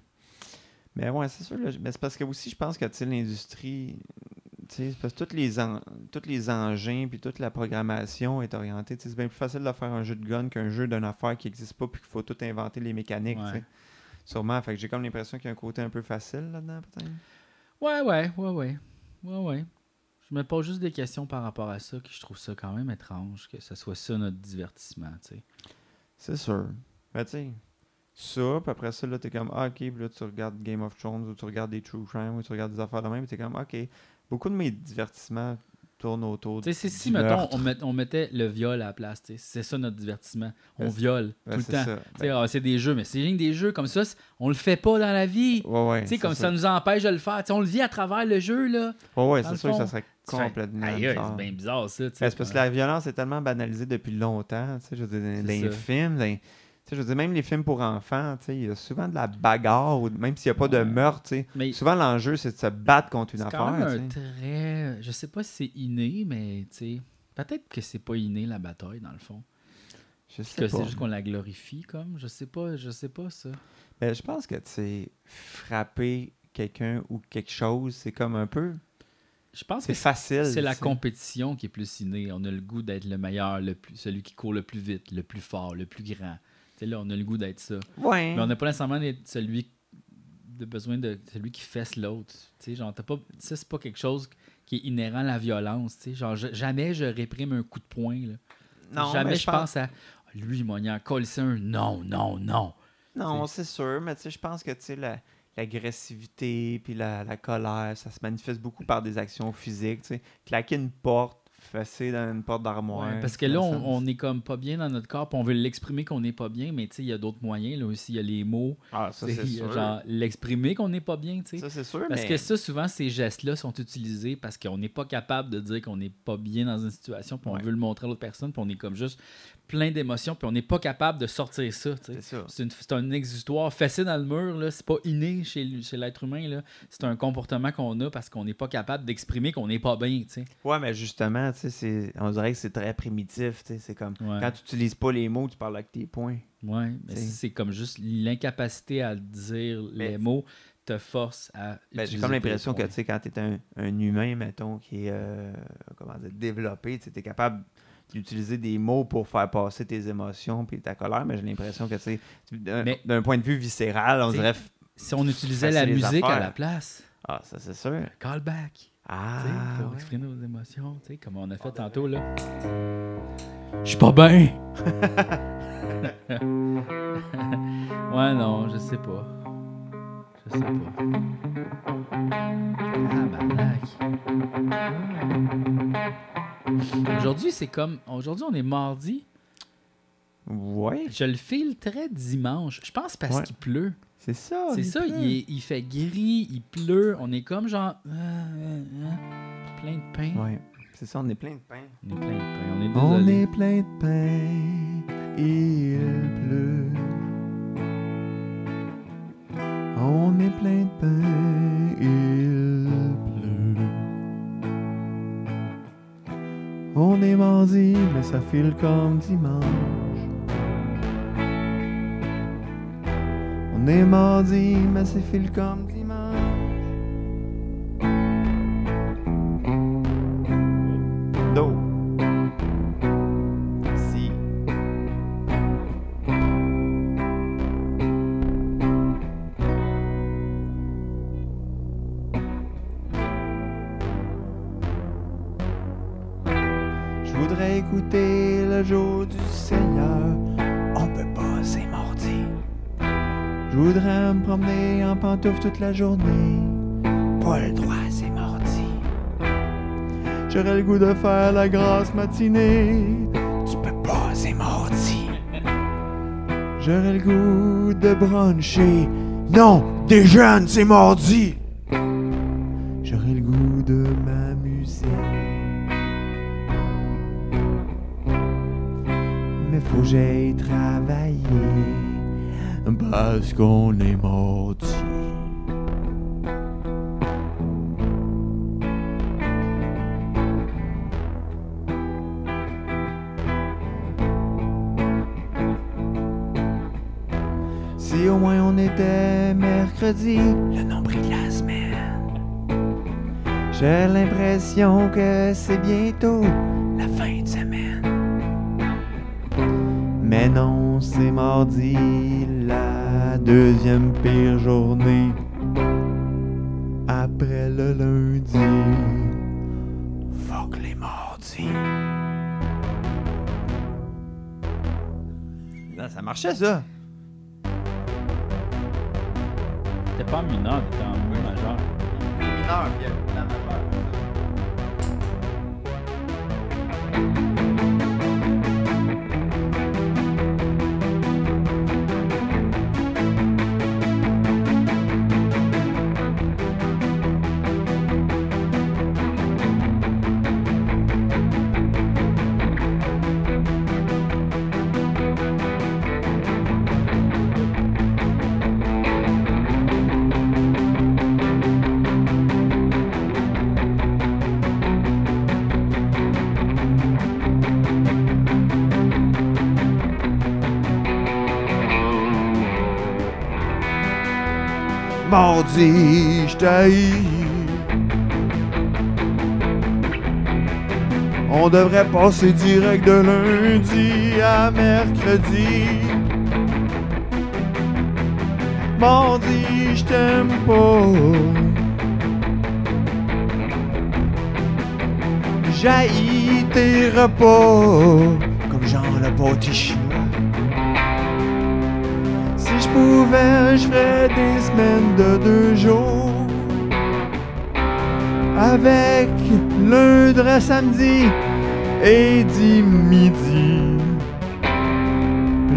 Mais ouais, c'est sûr. là, je- mais c'est parce que aussi, je pense que tu sais, l'industrie, tu sais, c'est parce que tous les, en- tous les engins puis toute la programmation est orientée. Tu sais, c'est bien plus facile de faire un jeu de gun qu'un jeu d'une affaire qui n'existe pas puis qu'il faut tout inventer les mécaniques, tu sais.
Ouais.
Sûrement, fait que j'ai comme l'impression qu'il y a un côté un peu facile là-dedans, peut-être.
Ouais, ouais, ouais, ouais. Ouais, ouais. Je me pose juste des questions par rapport à ça, que je trouve ça quand même étrange, que ce soit ça notre divertissement, tu sais.
C'est sûr. Mais tu sais, ça, puis après ça, là, t'es comme, ah, ok, puis là, tu regardes Game of Thrones, ou tu regardes des True Crime, ou tu regardes des affaires de même, puis t'es comme, ok, beaucoup de mes divertissements tournent autour
Tu sais, c'est
du
si, mettons,
meurtre.
on, met- on mettait le viol à la place, tu sais, c'est ça notre divertissement. On
Ben, c'est-
viole
Ben,
tout
c'est
le temps.
ça.
Tu sais,
Ben,
ah, c'est des jeux, mais c'est rien que des jeux comme ça, c'est- on le fait pas dans la vie.
ouais, ouais.
tu sais,
c'est
comme
sûr.
ça nous empêche de le faire. Tu sais, on le vit à travers le jeu, là.
Ouais, ouais,
dans
c'est
le
sûr que
fond,
ça serait
tu fais,
complètement.
Aïe, aïe,
bizarre.
c'est bien bizarre, ça, tu sais.
Ben, c'est parce que
quand-
la violence est tellement banalisée depuis longtemps, tu sais, je veux dire, dans, dans
C'est
les
ça.
films, dans- tu sais, je veux dire, même les films pour enfants, tu sais, il y a souvent de la bagarre, ou même s'il n'y a pas
Ouais.
de meurtre, tu sais.
Mais
Souvent, l'enjeu, c'est de se battre contre une
C'est
affaire.
quand même un
tu sais.
trait. Je sais pas si c'est inné, mais tu sais. Peut-être que c'est pas inné la bataille, dans le fond.
Je
Puis
sais
que
pas.
c'est juste qu'on la glorifie, comme. Je sais pas, je sais pas ça.
Ben, je pense que, tu sais, frapper quelqu'un ou quelque chose, c'est comme un peu.
Je pense que
C'est
c'est
facile.
c'est la
tu sais.
compétition qui est plus innée. On a le goût d'être le meilleur, le plus, celui qui court le plus vite, le plus fort, le plus grand. Tu sais, là, on a le goût d'être ça.
Ouais.
Mais on n'a pas nécessairement d'être celui de besoin de celui qui fesse l'autre. Tu sais, genre, t'as pas, ça, c'est pas quelque chose qui est inhérent à la violence. tu sais. Genre, je- jamais je réprime un coup de poing. là.
Non,
jamais
mais
je pense à lui, il m'a mis en colle, c'est un non, non, non.
Non, c'est sûr, mais tu sais, je pense que tu sais, la- l'agressivité puis la, la colère, ça se manifeste beaucoup par des actions physiques. tu sais. Claquer une porte, fesser dans une porte d'armoire.
Ouais, parce que là, on, on est comme pas bien dans notre corps, puis on veut l'exprimer qu'on n'est pas bien, mais tu sais, il y a d'autres moyens là aussi. Il y a les mots,
Ah, ça,
tu sais,
c'est sûr.
genre l'exprimer qu'on n'est pas bien, tu sais.
Ça, c'est sûr,
Parce
mais...
que ça, souvent, ces gestes-là sont utilisés parce qu'on n'est pas capable de dire qu'on n'est pas bien dans une situation, puis on
Ouais.
veut le montrer à l'autre personne, puis on est comme juste plein d'émotions, puis on n'est pas capable de sortir ça. tu sais.
C'est ça.
C'est une- c'est un exutoire fessé dans le mur, là, c'est pas inné chez, l- chez l'être humain. là. C'est un comportement qu'on a parce qu'on n'est pas capable d'exprimer qu'on n'est pas bien. tu sais.
Ouais, mais justement, tu sais, c'est- on dirait que c'est très primitif. tu sais, C'est comme
Ouais.
quand tu n'utilises pas les mots, tu parles avec tes poings.
Ouais, mais
C'est-
si c'est comme juste l'incapacité à dire les
Mais-
mots te force à.
Ben, J'ai
utiliser
comme l'impression que
tes
tu sais, quand tu es un, un humain, mettons, qui est euh, comment dire, développé, tu es capable d'utiliser des mots pour faire passer tes émotions puis ta colère, mais j'ai l'impression que tu sais, tu- d'un
Mais-
d'un point de vue viscéral, on
T'sais-
dirait.
points. Si on utilisait la
Facile les
musique à
affaires.
la place,
Ah, ça c'est sûr.
callback.
Ah,
tu sais, pour
ouais. Ah,
exprimer nos émotions, tu sais, comme on a fait tantôt là. Je suis pas bien. ouais non, je sais pas. Je sais pas. Tabarnak. Ah. Aujourd'hui, c'est comme aujourd'hui on est mardi.
Ouais,
Je le file très dimanche. Je pense parce
Ouais.
qu'il pleut.
c'est ça.
c'est
Oh, il
ça,
pleut.
il, est- il fait gris, il pleut. On est comme genre. euh, euh, euh, plein de pain.
Ouais, c'est ça, on est plein de pain.
On est plein de pain. On est
On
désolé.
est plein de pain, il pleut. On est plein de pain, il pleut. On est mardi, mais ça file comme dimanche. On est mardi, mais ça file comme dimanche. Do. Si. Je voudrais écouter le jour du Seigneur. On peut pas, c'est mordi. Je voudrais me promener en pantoufle toute la journée. Pas le droit, c'est mordi. J'aurais le goût de faire la grasse matinée. Tu peux pas, c'est mordi. J'aurais le goût de bruncher. Non, des jeunes, c'est mordi. J'aurais le goût de m'amuser. Mais faut que j'aille travailler. Parce qu'on est mordi. Si au moins on était mercredi, le nombril de la semaine. J'ai l'impression que c'est bientôt la fin de semaine. Mais non, c'est mardi, la deuxième pire journée. Après le lundi, fuck les mardis. ça marchait ça!
T'es pas en mineur, t'es en majeur.
mineur, puis il y a l'amateur. Mardi, je t'haïs. On devrait passer direct de lundi à mercredi. Mardi, je t'aime pas. J'haïs tes repas comme Jean le pâté chinois. Si je pouvais, je ferais des semaines de deux jours. Avec lundi à samedi et du midi.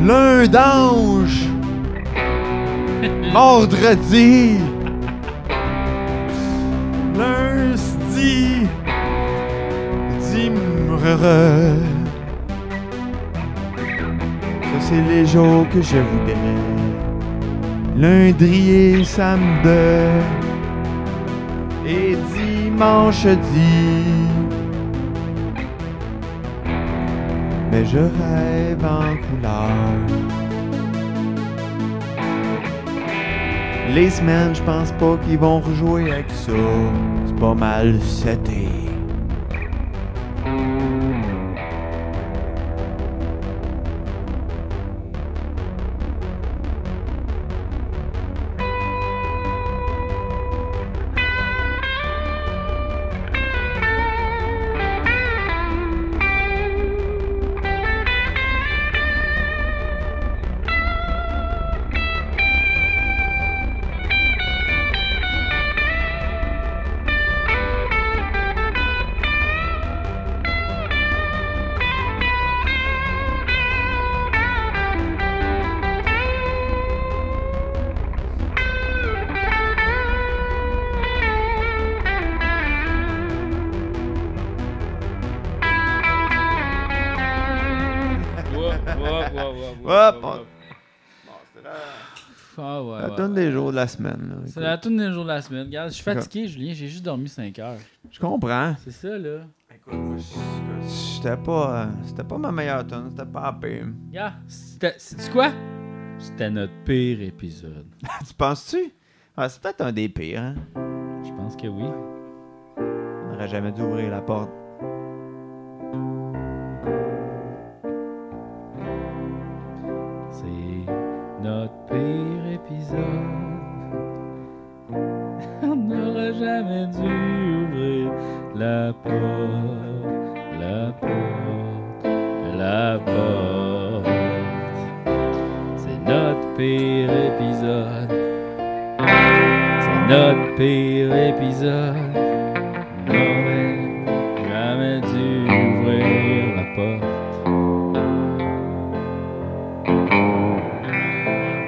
Lundange, vendredi, lundi, dimre. Ça, c'est les jours que je vous donne. Lundi et samedi. Et dimanche dit. Mais je rêve en couleur. Les semaines, je pense pas qu'ils vont rejouer avec ça. C'est pas mal c'était.
Wouah, wouah, wouah, wouah,
Hop,
wouah, wouah. Ah ouais,
Ça
ouais,
donne
ouais.
des jours de la semaine. là,
C'est
écoute.
la tourne des jours de la semaine. Regarde, je suis fatigué, Julien. J'ai juste dormi 5 heures.
Je comprends.
C'est ça, là.
Écoute, moi, je- c'était pas, euh, c'était pas ma meilleure tonne, c'était pas la pire.
Regarde, c'était- c'est-tu quoi? C'était notre pire épisode.
tu penses-tu? Ah, c'est peut-être un des pires. Hein?
Je pense que oui.
On n'aurait jamais dû ouvrir la porte.
C'est notre pire épisode. On n'aurait jamais dû ouvrir la porte, la porte, la porte. C'est notre pire épisode. C'est notre pire épisode.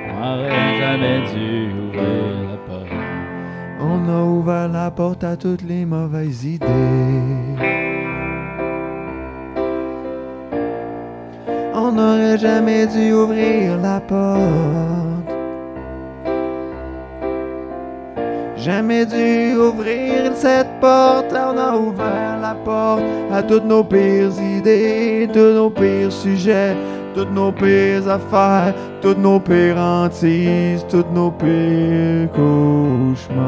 On n'aurait jamais dû ouvrir la porte. On n'aurait jamais dû ouvrir la porte.
On a ouvert la porte à toutes les mauvaises idées. On n'aurait jamais dû ouvrir la porte. Jamais dû ouvrir cette porte. Là, on a ouvert la porte à toutes nos pires idées, tous nos pires sujets, toutes nos pires affaires, toutes nos pires hantises, toutes nos pires cauchemars.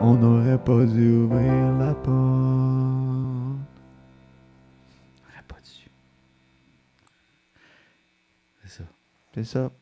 On n'aurait pas dû ouvrir la porte.
Ah, pas dessus. C'est ça.
C'est ça.